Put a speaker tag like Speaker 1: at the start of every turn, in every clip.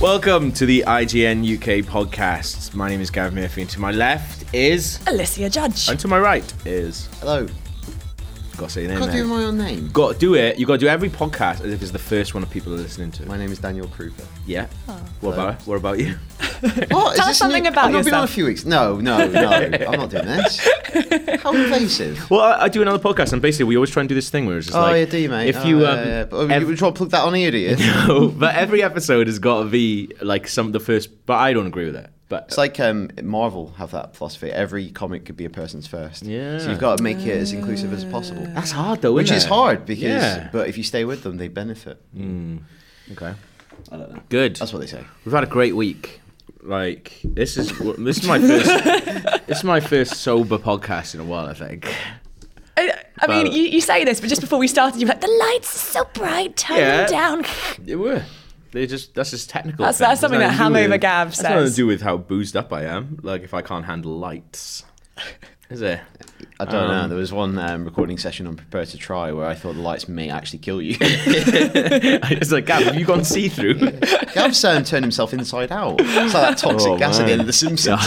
Speaker 1: Welcome to the IGN UK podcast. My name is Gav Murphy, and to my left is.
Speaker 2: Alicia Judge.
Speaker 1: And to my right is.
Speaker 3: Hello.
Speaker 1: Gotta say your name.
Speaker 3: Can't
Speaker 1: mate.
Speaker 3: do my own name.
Speaker 1: Gotta do it. You gotta do every podcast as if it's the first one that people are listening to.
Speaker 3: My name is Daniel Kruger.
Speaker 1: Yeah.
Speaker 3: Oh.
Speaker 1: What
Speaker 3: Hello.
Speaker 1: about what about you?
Speaker 3: What?
Speaker 2: Tell us something about
Speaker 3: I've not been
Speaker 2: yourself.
Speaker 3: on a few weeks. No, no, no. I'm not doing this. How invasive.
Speaker 1: Well, I, I do another podcast, and basically we always try and do this thing where it's just
Speaker 3: Oh,
Speaker 1: like,
Speaker 3: yeah, do you, mate?
Speaker 1: If
Speaker 3: Oh,
Speaker 1: you,
Speaker 3: yeah,
Speaker 1: um,
Speaker 3: yeah. But, oh,
Speaker 1: ev-
Speaker 3: you would try to plug that on here, do you?
Speaker 1: no, but every episode has got to be like some the first. But I don't agree with that. But
Speaker 3: It's like um, Marvel have that philosophy. Every comic could be a person's first.
Speaker 1: Yeah.
Speaker 3: So you've got to make it as inclusive as possible.
Speaker 1: that's hard though,
Speaker 3: Which
Speaker 1: isn't
Speaker 3: is
Speaker 1: it?
Speaker 3: hard because,
Speaker 1: Yeah. Hmm.
Speaker 3: but if you stay with them, they benefit.
Speaker 1: okay. Good.
Speaker 3: That's what they say.
Speaker 1: We've had a great week. Like this is this is my first this is my first sober podcast in a while. I think.
Speaker 2: I, I
Speaker 1: But-
Speaker 2: mean, you, you say this, but just before we started, you were like, the lights are so bright, turn
Speaker 1: Yeah.
Speaker 2: them down.
Speaker 1: They were. They just that's just technical.
Speaker 2: That's-
Speaker 1: thing.
Speaker 2: that's something
Speaker 1: It's
Speaker 2: that
Speaker 1: nothing to do
Speaker 2: Hangover
Speaker 1: with-
Speaker 2: Gav
Speaker 1: That's nothing to
Speaker 2: says.
Speaker 1: do with how boozed up I am. Like if I can't handle lights, is it?
Speaker 3: I don't know. There was one um, recording session on Prepare to Try where I thought the lights may actually kill you.
Speaker 1: it's like Gav, have you gone see through?
Speaker 3: Gav um, turned himself inside out. It's like that toxic
Speaker 1: Oh,
Speaker 3: gas at the
Speaker 1: man.
Speaker 3: end of The Simpsons.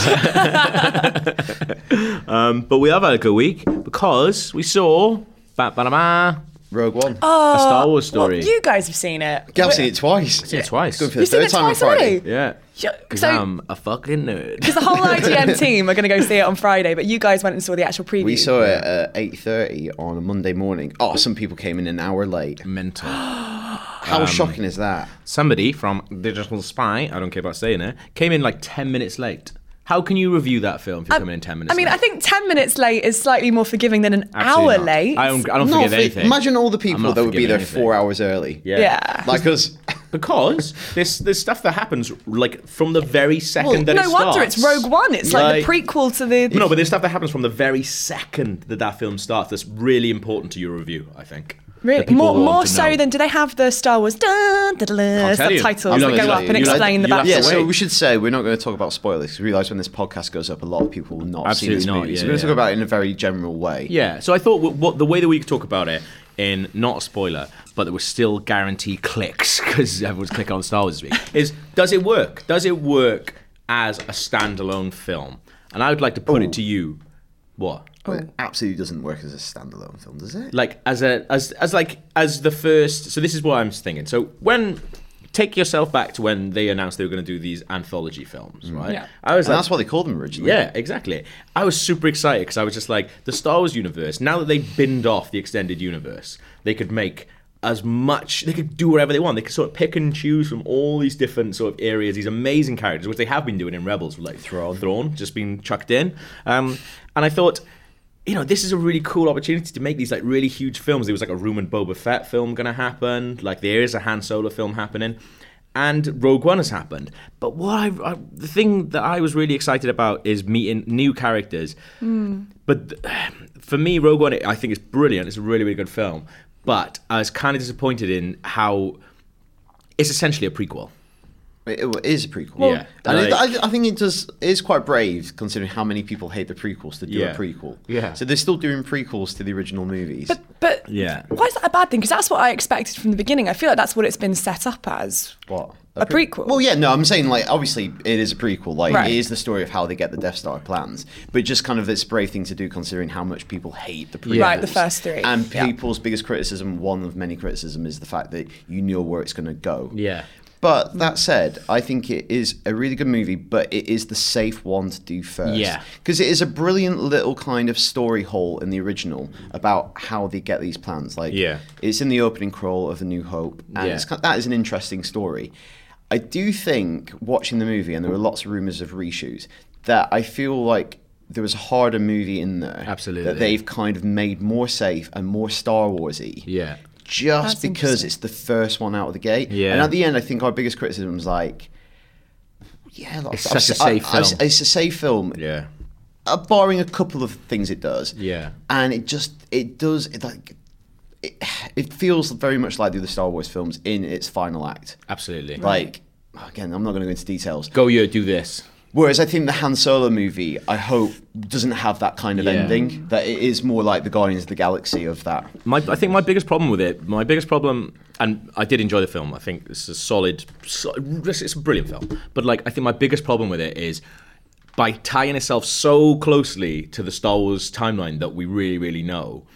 Speaker 1: um, but we have had a good week because we saw ba ba ba
Speaker 3: Rogue One.
Speaker 2: Oh,
Speaker 1: a Star Wars
Speaker 2: Well,
Speaker 1: story.
Speaker 2: you guys have seen it.
Speaker 3: Gav's seen it twice.
Speaker 1: Seen it twice.
Speaker 3: Going for the
Speaker 2: You've seen
Speaker 3: third
Speaker 2: it
Speaker 3: time
Speaker 2: twice
Speaker 3: on Friday.
Speaker 2: already?
Speaker 1: Yeah.
Speaker 2: Yeah,
Speaker 1: 'Cause
Speaker 2: so-
Speaker 1: I'm a fucking nerd.
Speaker 2: Because the whole IGN team are going to go see it on Friday, but you guys went and saw the actual preview.
Speaker 3: We saw it at eight thirty on a Monday morning. Oh, some people came in an hour late.
Speaker 1: Mental.
Speaker 3: How
Speaker 1: Um,
Speaker 3: shocking is that?
Speaker 1: Somebody from Digital Spy, I don't care about saying it, came in like 10 minutes late. How can you review that film if you come in 10 minutes
Speaker 2: Um, I mean,
Speaker 1: late?
Speaker 2: I think 10 minutes late is slightly more forgiving than an
Speaker 1: Absolutely
Speaker 2: hour
Speaker 1: not.
Speaker 2: late.
Speaker 1: I don't, I don't
Speaker 3: No,
Speaker 1: forgive
Speaker 3: fi-
Speaker 1: anything.
Speaker 3: Imagine all the
Speaker 1: I'm
Speaker 3: people
Speaker 1: not
Speaker 3: that would be
Speaker 1: forgiving
Speaker 3: there
Speaker 1: anything.
Speaker 3: four hours early.
Speaker 1: Yeah.
Speaker 2: yeah.
Speaker 3: Like us.
Speaker 1: Because there's there's stuff that happens like from the very second
Speaker 3: Well,
Speaker 1: that it
Speaker 2: no wonder
Speaker 1: starts.
Speaker 2: it's Rogue One. It's like, the
Speaker 1: Like-
Speaker 2: prequel to the.
Speaker 1: No, but there's stuff that happens from the very second that that film starts that's really important to your review, I think. That
Speaker 2: Really,
Speaker 1: people
Speaker 2: more
Speaker 1: want
Speaker 2: more
Speaker 1: to
Speaker 2: so
Speaker 1: know.
Speaker 2: than do they have the Star Wars dun, dun, dun, dun,
Speaker 1: tell you.
Speaker 2: subtitles
Speaker 1: You'll
Speaker 2: that
Speaker 1: have
Speaker 2: go
Speaker 1: to-
Speaker 2: up and
Speaker 1: you'll have-
Speaker 2: explain the
Speaker 1: you'll have to
Speaker 2: backstory?
Speaker 3: Yeah,
Speaker 1: wait.
Speaker 3: so we should say we're not going to talk about spoilers because we realise when this podcast goes up, a lot of people will not have seen this
Speaker 1: Absolutely not,
Speaker 3: movie. so
Speaker 1: yeah,
Speaker 3: we're going to
Speaker 1: yeah.
Speaker 3: talk about it in a very general way.
Speaker 1: Yeah, so I thought w- what the way that we could talk about it in not a spoiler, but there was still guarantee clicks because everyone's clicking on Star Wars this week is does it work? Does it work as a standalone film? And I would like to put it to you, what
Speaker 3: But
Speaker 2: Oh.
Speaker 3: it absolutely doesn't work as a standalone film, does it?
Speaker 1: like as a as as like as the first. So this is what I'm thinking. So when take yourself back to when they announced they were going to do these anthology films, right?
Speaker 2: Yeah.
Speaker 1: I was
Speaker 3: Mm. and
Speaker 1: like,
Speaker 3: that's why they called them originally.
Speaker 1: yeah, exactly. I was super excited because I was just like, the Star Wars universe, now that they binned off the extended universe, they could make as much, they could do whatever they want. They could sort of pick and choose from all these different sort of areas, these amazing characters, which they have been doing in Rebels, with like Thrawn, Thrawn just being chucked in. Um, and I thought, you know, this is a really cool opportunity to make these like really huge films. There was like a Room and Boba Fett film going to happen. Like there is a Han Solo film happening, and Rogue One has happened. But what I, I the thing that I was really excited about is meeting new characters. But th- for me, Rogue One, I think it's brilliant. It's a really really good film. But I was kind of disappointed in how it's essentially a prequel.
Speaker 3: It, it is a prequel.
Speaker 1: Well- Yeah.
Speaker 3: and it,
Speaker 1: Like-
Speaker 3: I, I think it does it is quite brave considering how many people hate the prequels to do
Speaker 1: Yeah.
Speaker 3: a prequel.
Speaker 1: Yeah.
Speaker 3: So they're still doing prequels to the original movies.
Speaker 2: But
Speaker 1: Yeah.
Speaker 2: why is that a bad thing? Because that's what I expected from the beginning. I feel like that's what it's been set up as.
Speaker 3: what?
Speaker 2: A prequel.
Speaker 3: Well, yeah, no, I'm saying like obviously it is a prequel. Like
Speaker 2: Right.
Speaker 3: it is the story of how they get the Death Star plans, but just kind of it's a brave thing to do considering how much people hate the prequels.
Speaker 2: Right, the first three.
Speaker 3: And
Speaker 2: Yeah.
Speaker 3: people's biggest criticism, one of many criticism, is the fact that you know where it's going to go.
Speaker 1: Yeah.
Speaker 3: But that said, I think it is a really good movie, but it is the safe one to do first.
Speaker 1: Yeah.
Speaker 3: Because it is a brilliant little kind of story hole in the original about how they get these plans. Like,
Speaker 1: Yeah.
Speaker 3: it's in the opening crawl of A New Hope, and
Speaker 1: Yeah.
Speaker 3: it's ki- that is an interesting story. I do think, watching the movie, and there were lots of rumors of reshoots, that I feel like there was a harder movie in there.
Speaker 1: Absolutely.
Speaker 3: That they've kind of made more safe and more Star Warsy
Speaker 1: Yeah.
Speaker 3: just
Speaker 2: That's
Speaker 3: because
Speaker 2: interesting.
Speaker 3: it's the first one out of the gate.
Speaker 1: Yeah.
Speaker 3: And at the end, I think our biggest criticism was like, yeah, like,
Speaker 1: It's
Speaker 3: I've
Speaker 1: such a
Speaker 3: se- I-
Speaker 1: safe
Speaker 3: I've-
Speaker 1: film.
Speaker 3: it's a safe film,
Speaker 1: Yeah.
Speaker 3: uh, barring a couple of things it does.
Speaker 1: Yeah.
Speaker 3: and it just it does it like. It, it feels very much like the other Star Wars films in its final act.
Speaker 1: Absolutely.
Speaker 3: Like, again, I'm not going to go into details.
Speaker 1: Go you do this.
Speaker 3: Whereas I think the Han Solo movie, I hope, doesn't have that kind of
Speaker 4: Yeah.
Speaker 3: ending. That it is more like the Guardians of the Galaxy of that.
Speaker 1: My, I think my biggest problem with it, my biggest problem, and I did enjoy the film. I think it's a solid, so- it's it's a brilliant film. But like, I think my biggest problem with it is by tying itself so closely to the Star Wars timeline that we really, really know.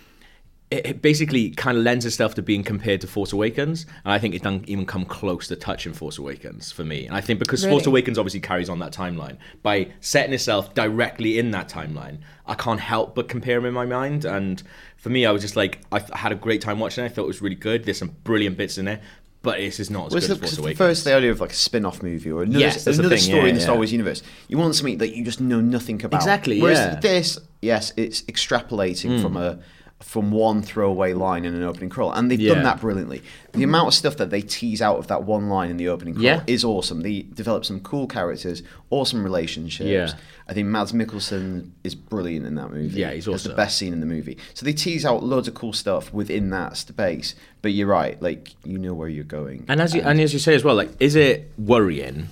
Speaker 1: It, it basically kind of lends itself to being compared to Force Awakens, and I think it doesn't even come close to touching Force Awakens for me. And I think because Force
Speaker 2: Really?
Speaker 1: Awakens obviously carries on that timeline by setting itself directly in that timeline. I can't help but compare them in my mind, and for me, I was just like, I th- had a great time watching it. I thought it was really good. There's some brilliant bits in there, but it's just not as
Speaker 3: Well, it's
Speaker 1: good
Speaker 3: the,
Speaker 1: as Force
Speaker 3: it's the
Speaker 1: Awakens.
Speaker 3: first the idea of like a spin-off movie or another,
Speaker 1: Yes, that's the
Speaker 3: another
Speaker 1: thing,
Speaker 3: story
Speaker 1: yeah,
Speaker 3: in the Star
Speaker 1: yeah.
Speaker 3: Wars universe. You want something that you just know nothing about.
Speaker 1: Exactly,
Speaker 3: Whereas
Speaker 1: yeah. Hmm.
Speaker 3: this, yes, it's extrapolating from a from one throwaway line in an opening crawl, and they've done
Speaker 1: Yeah.
Speaker 3: that brilliantly. The amount of stuff that they tease out of that one line in the opening crawl
Speaker 1: Yeah.
Speaker 3: is awesome. They develop some cool characters, awesome relationships.
Speaker 1: Yeah.
Speaker 3: I think Mads Mikkelsen is brilliant in that movie.
Speaker 1: Yeah, he's
Speaker 3: That's the
Speaker 1: awesome.
Speaker 3: best scene in the movie. So they tease out loads of cool stuff within that space. But you're right, like you know where you're going.
Speaker 1: And as you and as you say as well, like, is it worrying?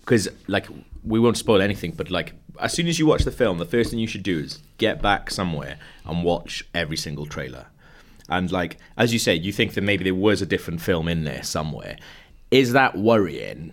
Speaker 1: Because like we won't spoil anything, but like as soon as you watch the film, the first thing you should do is get back somewhere and watch every single trailer. And like as you say, you think that maybe there was a different film in there somewhere. Is that worrying?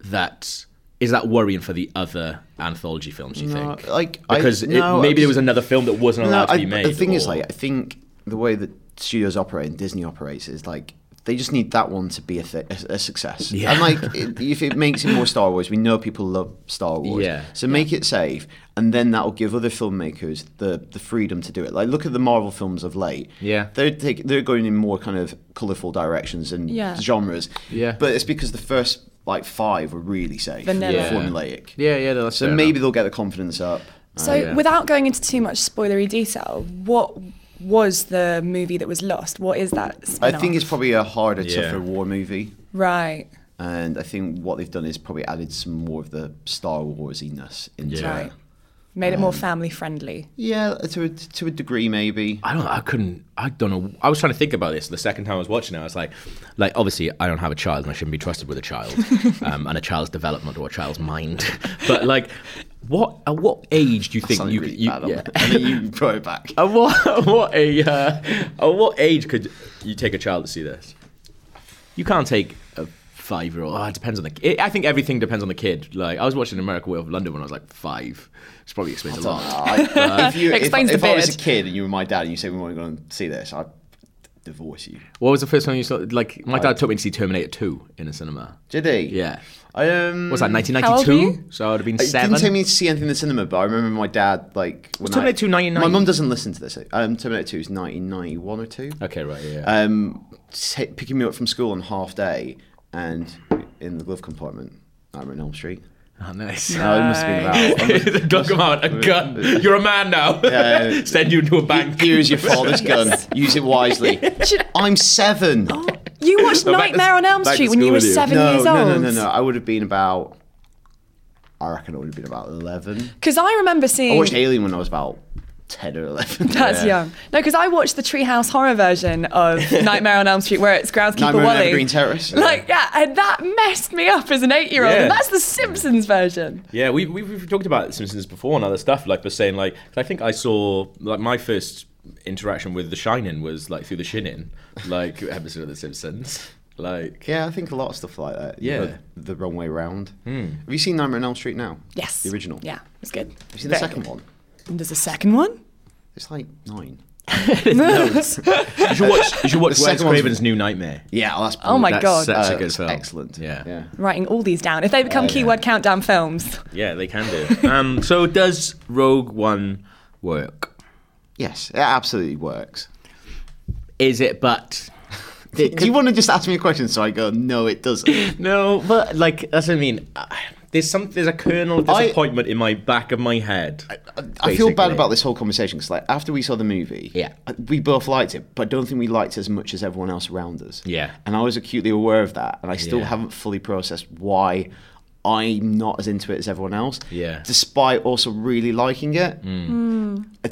Speaker 1: That is that worrying for the other anthology films? You
Speaker 3: No,
Speaker 1: think
Speaker 3: like, I-
Speaker 1: because it-
Speaker 3: no, I
Speaker 1: maybe there
Speaker 3: just-
Speaker 1: was another film that wasn't allowed
Speaker 3: I,
Speaker 1: to be made.
Speaker 3: the thing is,
Speaker 1: or-
Speaker 3: like, I think the way that studios operate and Disney operates is like they just need that one to be a, th- a, a success.
Speaker 1: Yeah.
Speaker 3: And like, it, if it makes it more Star Wars, we know people love Star Wars.
Speaker 1: Yeah.
Speaker 3: So make it safe, and then that will give other filmmakers the the freedom to do it. Like, look at the Marvel films of late.
Speaker 1: Yeah.
Speaker 3: They're take, they're going in more kind of colourful directions and
Speaker 2: Yeah.
Speaker 3: genres.
Speaker 1: Yeah.
Speaker 3: But it's because the first like five were really safe,
Speaker 2: Vanilla.
Speaker 3: and
Speaker 2: Yeah.
Speaker 3: formulaic.
Speaker 1: yeah, yeah. no, that's
Speaker 3: So
Speaker 1: fair
Speaker 3: maybe
Speaker 1: enough.
Speaker 3: they'll get the confidence up.
Speaker 2: So,
Speaker 1: Oh, yeah.
Speaker 2: without going into too much spoilery detail, what was the movie that was lost? What is that?
Speaker 3: I
Speaker 2: spin-off?
Speaker 3: think it's probably a harder,
Speaker 1: Yeah.
Speaker 3: tougher war movie.
Speaker 2: right.
Speaker 3: And I think what they've done is probably added some more of the Star Warsiness into
Speaker 1: Yeah. Um,
Speaker 3: it.
Speaker 2: Right. Made it more family friendly.
Speaker 3: Yeah, to a, to a degree, maybe.
Speaker 1: I don't. I couldn't. I don't know. I was trying to think about this the second time I was watching it. I was like, like obviously I don't have a child and I shouldn't be trusted with a child um, and a child's development or a child's mind. but like, what at what age do you think
Speaker 3: Something
Speaker 1: you?
Speaker 3: really
Speaker 1: you
Speaker 3: bad on
Speaker 1: yeah.
Speaker 3: it. And then you brought it back.
Speaker 1: At what at what a uh, at what age could you take a child to see this? You can't take a five year old. Oh, it depends on the. It, I think everything depends on the kid. Like I was watching American Way of London when I was like five. Which probably explains a
Speaker 3: I don't
Speaker 1: lot.
Speaker 3: know.
Speaker 1: Uh,
Speaker 3: I- if you, if,
Speaker 2: Explains the
Speaker 3: if I was a
Speaker 2: beard.
Speaker 3: kid and you were my dad and you said we weren't going to see this, I'd divorce you.
Speaker 1: What was the first time you saw? Like my dad took me to see Terminator Two in a cinema.
Speaker 3: Did he?
Speaker 1: Yeah. Hmm. Uh,
Speaker 3: I, um,
Speaker 1: What's that,
Speaker 2: How old were
Speaker 1: 1992?
Speaker 2: you?
Speaker 1: So I would have been
Speaker 3: It
Speaker 1: seven.
Speaker 3: didn't take me to see anything in the cinema, but I remember my dad, like... when
Speaker 1: Terminator 2 99?
Speaker 3: My mum doesn't listen to this. Um, Terminator 2 is 1991 or 2.
Speaker 1: okay, right, yeah. yeah.
Speaker 3: um, t- picking me up from school on half day and in the glove compartment. I'm in Elm Street.
Speaker 1: oh, nice.
Speaker 3: No, it must have been about.
Speaker 1: Don't come out, a gun. You're a man now.
Speaker 3: Yeah.
Speaker 1: Send you to a bank.
Speaker 3: Here's uh, your father's gun. Use it wisely. I'm seven.
Speaker 2: You watched
Speaker 1: back to-
Speaker 2: Nightmare on Elm
Speaker 1: back to
Speaker 2: Street when
Speaker 1: school
Speaker 2: you were
Speaker 1: with you.
Speaker 2: seven
Speaker 3: no,
Speaker 2: Oh, years
Speaker 3: no,
Speaker 2: old.
Speaker 3: no, no, no. I would have been about. I reckon I would have been about eleven.
Speaker 2: Because I remember
Speaker 3: I
Speaker 2: seeing.
Speaker 3: watched Alien when I was about ten or eleven.
Speaker 2: That's young. No, because I watched the Treehouse horror version of Nightmare on Elm Street, where it's groundskeeper
Speaker 3: Nightmare on
Speaker 2: Wally.
Speaker 3: Evergreen Terrace.
Speaker 2: Like, yeah, and that messed me up as an eight-year-old.
Speaker 1: Yeah.
Speaker 2: And that's the Simpsons version.
Speaker 1: Yeah, we, we, we've talked about Simpsons before and other stuff, like, but saying, like, 'cause I think I saw, like, my first interaction with The Shining was, like, through The Shining, like, episode of The Simpsons. Like,
Speaker 3: Yeah, I think a lot of stuff like that.
Speaker 1: Yeah.
Speaker 3: But the wrong way round. Have you seen Nightmare on Elm Street now?
Speaker 2: Yes.
Speaker 3: The original.
Speaker 2: Yeah, it's good.
Speaker 3: Have you seen the second one?
Speaker 2: And there's a second one.
Speaker 3: It's like nine.
Speaker 1: you should watch, you should watch Wes
Speaker 3: second one's-
Speaker 1: Craven's New Nightmare.
Speaker 3: Yeah, well, that's.
Speaker 2: Oh my
Speaker 1: That's
Speaker 2: God.
Speaker 1: such
Speaker 3: Uh,
Speaker 1: a good
Speaker 3: it's
Speaker 1: film.
Speaker 3: excellent.
Speaker 1: Yeah.
Speaker 3: Yeah.
Speaker 2: Writing all these down. If they
Speaker 1: Oh,
Speaker 2: become keyword countdown films,
Speaker 1: Yeah, they can do. um, so does Rogue One work?
Speaker 3: Yes, it absolutely works.
Speaker 1: Is it but
Speaker 3: Do you want to just ask me a question so I go, no, it doesn't?
Speaker 1: No, but like that's what I mean. Uh, There's some there's a kernel of
Speaker 3: I-
Speaker 1: disappointment in my back of my head.
Speaker 3: I feel bad
Speaker 1: basically.
Speaker 3: about this whole conversation because, like, after we saw the movie,
Speaker 1: Yeah.
Speaker 3: I- we both liked it, but I don't think we liked it as much as everyone else around us.
Speaker 1: Yeah.
Speaker 3: And I was acutely aware of that, and I still
Speaker 1: Yeah.
Speaker 3: haven't fully processed why I'm not as into it as everyone else.
Speaker 1: Yeah. Mm.
Speaker 3: Despite also really liking it.
Speaker 2: Hmm.
Speaker 3: Uh,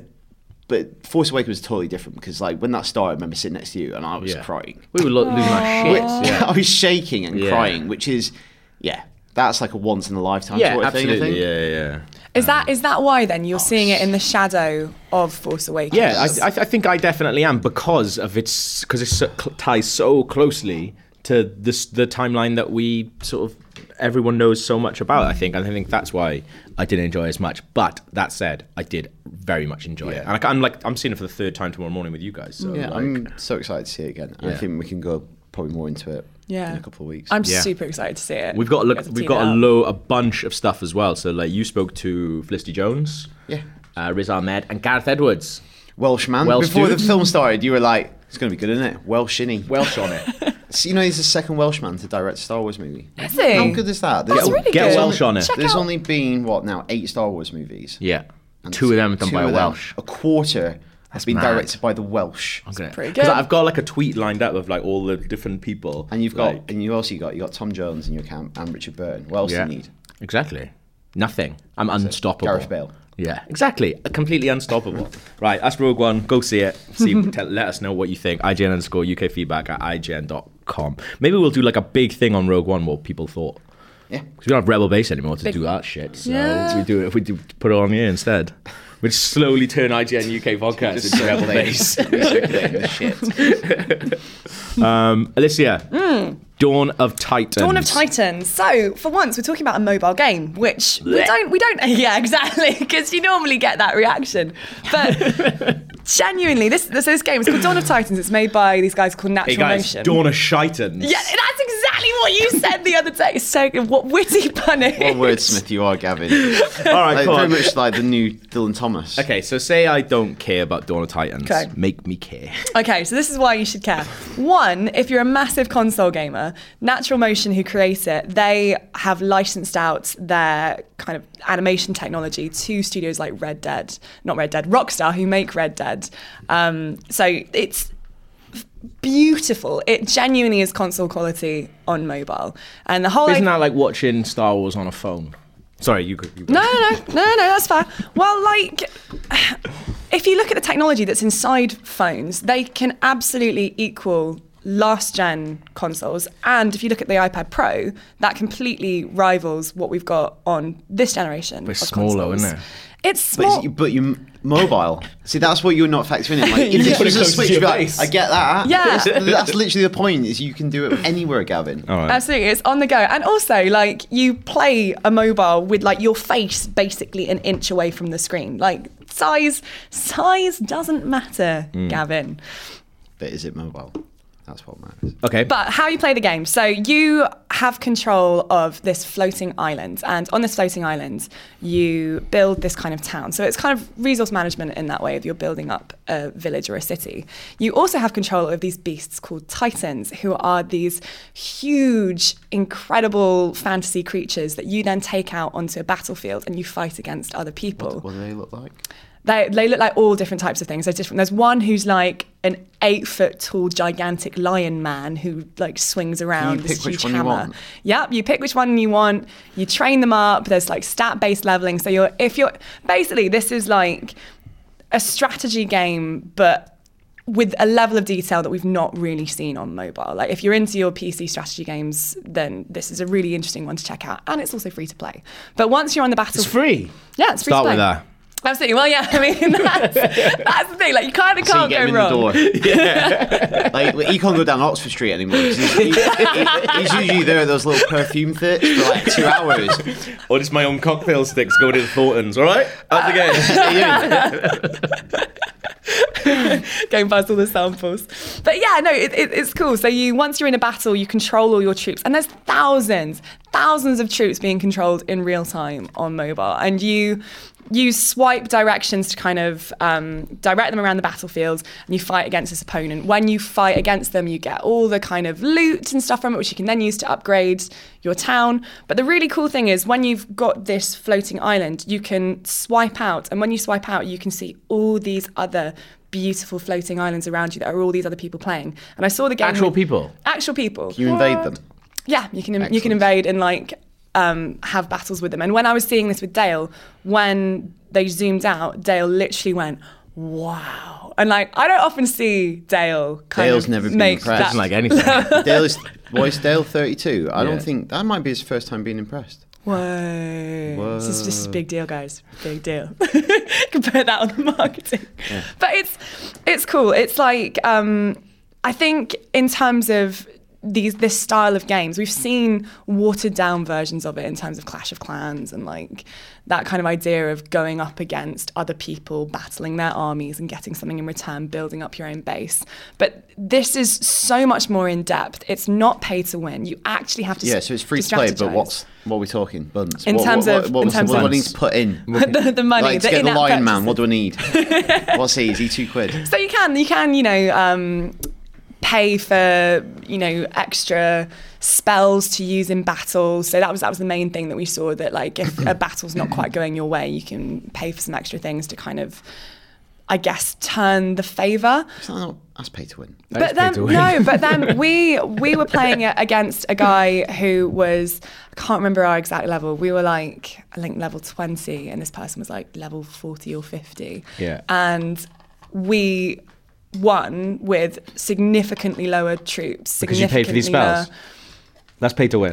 Speaker 3: But Force Awakens was totally different because, like, when that started, I remember sitting next to you and I was
Speaker 1: Yeah.
Speaker 3: crying.
Speaker 1: We were lo- losing our shit.
Speaker 3: I Oh. was shaking and
Speaker 1: Yeah.
Speaker 3: crying, which is, yeah. that's like a once in a lifetime
Speaker 1: yeah,
Speaker 3: sort of
Speaker 1: absolutely.
Speaker 3: thing. I think.
Speaker 1: Yeah, yeah.
Speaker 2: Is that is that why then you're seeing it in the shadow of Force Awakens?
Speaker 1: Yeah, I, I, I think I definitely am because of its because it so, cl- ties so closely to this the timeline that we sort of everyone knows so much about. I think, and I think that's why I didn't enjoy it as much. But that said, I did very much enjoy it,
Speaker 3: Yeah.
Speaker 1: and I, ca- I'm like I'm seeing it for the third time tomorrow morning with you guys. So
Speaker 3: Yeah,
Speaker 1: like,
Speaker 3: I'm so excited to see it again. I
Speaker 1: Yeah.
Speaker 3: think we can go probably more into it
Speaker 2: Yeah.
Speaker 3: in a couple of weeks.
Speaker 2: I'm
Speaker 1: Yeah.
Speaker 2: super excited to see it.
Speaker 1: We've got a look.
Speaker 2: Guys,
Speaker 1: We've
Speaker 2: teed
Speaker 1: got a
Speaker 2: up.
Speaker 1: low, a bunch of stuff as well. So like you spoke to Felicity Jones,
Speaker 3: Yeah.
Speaker 1: uh, Riz Ahmed, and Gareth Edwards.
Speaker 3: Welshman.
Speaker 1: Welsh
Speaker 3: Before
Speaker 1: dude.
Speaker 3: the film started, you were like, it's going to be good, isn't it? Welsh, innit?
Speaker 1: Welsh on it.
Speaker 3: So, you know, he's the second Welshman to direct a Star Wars movie.
Speaker 2: Is he?
Speaker 3: How good is that?
Speaker 2: That's
Speaker 1: really Get good. Welsh on it. Check
Speaker 3: There's
Speaker 2: out-
Speaker 3: only been, what now, eight Star Wars movies?
Speaker 1: yeah,
Speaker 3: And
Speaker 1: two of them done
Speaker 3: two
Speaker 1: by
Speaker 3: of them,
Speaker 1: Welsh.
Speaker 3: A quarter has been
Speaker 1: mad.
Speaker 3: directed by the Welsh.
Speaker 1: I'm gonna,
Speaker 2: pretty
Speaker 1: 'cause
Speaker 2: good.
Speaker 1: I've got like a tweet lined up of like all the different people,
Speaker 3: And you've got,
Speaker 1: like-
Speaker 3: and you also got, you got Tom Jones in your camp and Richard Burton. What else
Speaker 1: yeah,
Speaker 3: do you need?
Speaker 1: exactly. Nothing. I'm unstoppable.
Speaker 3: Gareth Bale.
Speaker 1: Yeah, exactly. Completely unstoppable. right, that's Rogue One. Go see it. See, tell, let us know what you think. IGN underscore UK feedback at IGN.com. Maybe we'll do like a big thing on Rogue One, what people thought.
Speaker 3: Yeah.
Speaker 1: Because we don't have Rebel Base anymore to do that shit. So
Speaker 2: Yeah.
Speaker 1: we do it. We do put it on here instead. We just slowly turn IGN UK podcast into Rebel Base.
Speaker 3: Recirculating the shit.
Speaker 1: Alicia, Dawn of Titans.
Speaker 2: Hmm. Dawn of Titan. So for once, we're talking about a mobile game, which we
Speaker 1: Blech.
Speaker 2: don't, we don't, yeah, exactly, because you normally get that reaction. But genuinely, this this, this game is called Dawn of Titans. It's made by these guys called Natural
Speaker 1: Hey guys,
Speaker 2: Motion.
Speaker 1: Dawn of Shitans.
Speaker 2: yeah, that's exactly what you said the other day. So what witty punny.
Speaker 3: One wordsmith you are, Gavin.
Speaker 1: All right,
Speaker 3: Like,
Speaker 1: come on.
Speaker 3: very much like the new Dylan Thomas.
Speaker 1: Okay, so say I don't care about Dawn of Titans.
Speaker 2: Okay.
Speaker 1: Make me care.
Speaker 2: Okay, so this is why you should care. One, if you're a massive console gamer, Natural Motion, who create it, they have licensed out their kind of animation technology to studios like Red Dead, not Red Dead, Rockstar, who make Red Dead. Um, so it's beautiful. It genuinely is console quality on mobile, and the whole
Speaker 1: Isn't
Speaker 2: idea-
Speaker 1: that like watching Star Wars on a phone? Sorry, you could. You could.
Speaker 2: no, no, no, no, no, that's fair. Well, like, if you look at the technology that's inside phones, they can absolutely equal last gen consoles. And if you look at the iPad Pro, that completely rivals what we've got on this generation.
Speaker 1: it's
Speaker 2: of
Speaker 1: smaller,
Speaker 2: consoles.
Speaker 1: isn't it?
Speaker 2: It's
Speaker 3: But, is
Speaker 2: small.
Speaker 3: it, but you're mobile. See, that's what you're not factoring in. Like, if
Speaker 2: You
Speaker 3: this
Speaker 2: put it
Speaker 3: was a
Speaker 1: close to
Speaker 3: Switch,
Speaker 1: your
Speaker 3: you'd be like,
Speaker 1: face.
Speaker 3: I get that.
Speaker 2: Yeah.
Speaker 3: That's, that's literally the point. Is you can do it anywhere, Gavin.
Speaker 1: All right.
Speaker 2: Absolutely, it's on the go, and also like you play a mobile with like your face basically an inch away from the screen. Like size, size doesn't matter,
Speaker 1: Mm.
Speaker 2: Gavin.
Speaker 3: But is it mobile? That's what matters.
Speaker 1: Okay.
Speaker 2: But how you play the game. So you have control of this floating island, and on this floating island, you build this kind of town. So it's kind of resource management in that way if you're building up a village or a city. You also have control of these beasts called titans, who are these huge, incredible fantasy creatures that you then take out onto a battlefield and you fight against other people
Speaker 3: What do they look like?
Speaker 2: they, they look like all different types of things. There's different. There's one who's like an eight foot tall gigantic lion man who like swings around
Speaker 3: you
Speaker 2: this
Speaker 3: pick which
Speaker 2: huge
Speaker 3: one you
Speaker 2: hammer.
Speaker 3: want?
Speaker 2: Yep, you pick which one you want. You train them up. There's like stat based leveling. So you're if you're basically this is like a strategy game, but with a level of detail that we've not really seen on mobile. Like if you're into your PC strategy games, then this is a really interesting one to check out, and it's also free to play. But once you're on the battlefield,
Speaker 1: it's free.
Speaker 2: yeah, it's free
Speaker 1: Start
Speaker 2: to play.
Speaker 1: with that.
Speaker 2: Absolutely. Well, yeah. I mean, that's, that's the thing. Like, you kind of
Speaker 3: So you
Speaker 2: can't
Speaker 3: get
Speaker 2: go
Speaker 3: him in
Speaker 2: wrong.
Speaker 3: the door. like he can't go down Oxford Street anymore. 'cause He's, he- he- he's usually there at those little perfume fits for like two hours.
Speaker 1: Or just my own cocktail sticks going to Thornton's, all right? How's it
Speaker 3: How
Speaker 1: going?
Speaker 3: you doing?
Speaker 2: going past all the samples. But yeah, no, it, it, it's cool. So you once you're in a battle, you control all your troops, and there's thousands, thousands of troops being controlled in real time on mobile, and you. You swipe directions to kind of um, direct them around the battlefield, and you fight against this opponent. When you fight against them, you get all the kind of loot and stuff from it, which you can then use to upgrade your town. But the really cool thing is, when you've got this floating island, you can swipe out, and when you swipe out, you can see all these other beautiful floating islands around you that are all these other people playing. And I saw the game.
Speaker 1: Actual people?
Speaker 2: Actual people.
Speaker 3: You invade them.
Speaker 2: yeah, you can you can
Speaker 3: Excellent.
Speaker 2: invade and like um, have battles with them. And when I was seeing this with Dale, when they zoomed out, Dale literally went, "Wow." well. And like, I don't often see Dale kind
Speaker 3: Dale's
Speaker 2: of
Speaker 3: never been
Speaker 2: make
Speaker 3: impressed.
Speaker 2: that-
Speaker 3: Doesn't
Speaker 4: like anything.
Speaker 3: Dale is why is Dale 32? I
Speaker 1: Yeah.
Speaker 3: don't think that might be his first time being impressed.
Speaker 2: Whoa. This is just a big deal, guys. Big deal. Can put that on the marketing. But it's it's cool. It's like um, I think in terms of these this style of games, we've seen watered down versions of it in terms of Clash of Clans and like that kind of idea of going up against other people, battling their armies and getting something in return, building up your own base. But this is so much more in depth. It's not pay to win. You actually have to
Speaker 3: Yeah,
Speaker 2: s-
Speaker 3: so it's free to play, but
Speaker 2: strategize.
Speaker 3: what's what are we talking? Buns.
Speaker 2: In
Speaker 3: what,
Speaker 2: terms
Speaker 3: what,
Speaker 2: of-
Speaker 3: what, what
Speaker 2: in
Speaker 3: was the-
Speaker 2: terms
Speaker 3: what
Speaker 2: of-
Speaker 3: do I need to put in?
Speaker 2: the, the money,
Speaker 3: like
Speaker 2: the
Speaker 3: to get the
Speaker 2: in-app
Speaker 3: lion man,
Speaker 2: purchases.
Speaker 3: what do I need? What's easy? Two quid.
Speaker 2: So you can, you can, you know, um, pay for you know extra spells to use in battle. So that was that was the main thing that we saw that like if a battle's not quite going your way, you can pay for some extra things to kind of. I guess turn the favour,
Speaker 3: That's not- that's pay to win.
Speaker 4: That's
Speaker 2: but then
Speaker 4: pay to win.
Speaker 2: no, but then we we were playing it against a guy who was I can't remember our exact level. We were like I think level twenty, and this person was like level forty or fifty.
Speaker 1: Yeah.
Speaker 2: and we won with significantly lower troops.
Speaker 1: Because you paid for these
Speaker 2: significantly
Speaker 1: spells. That's pay to win.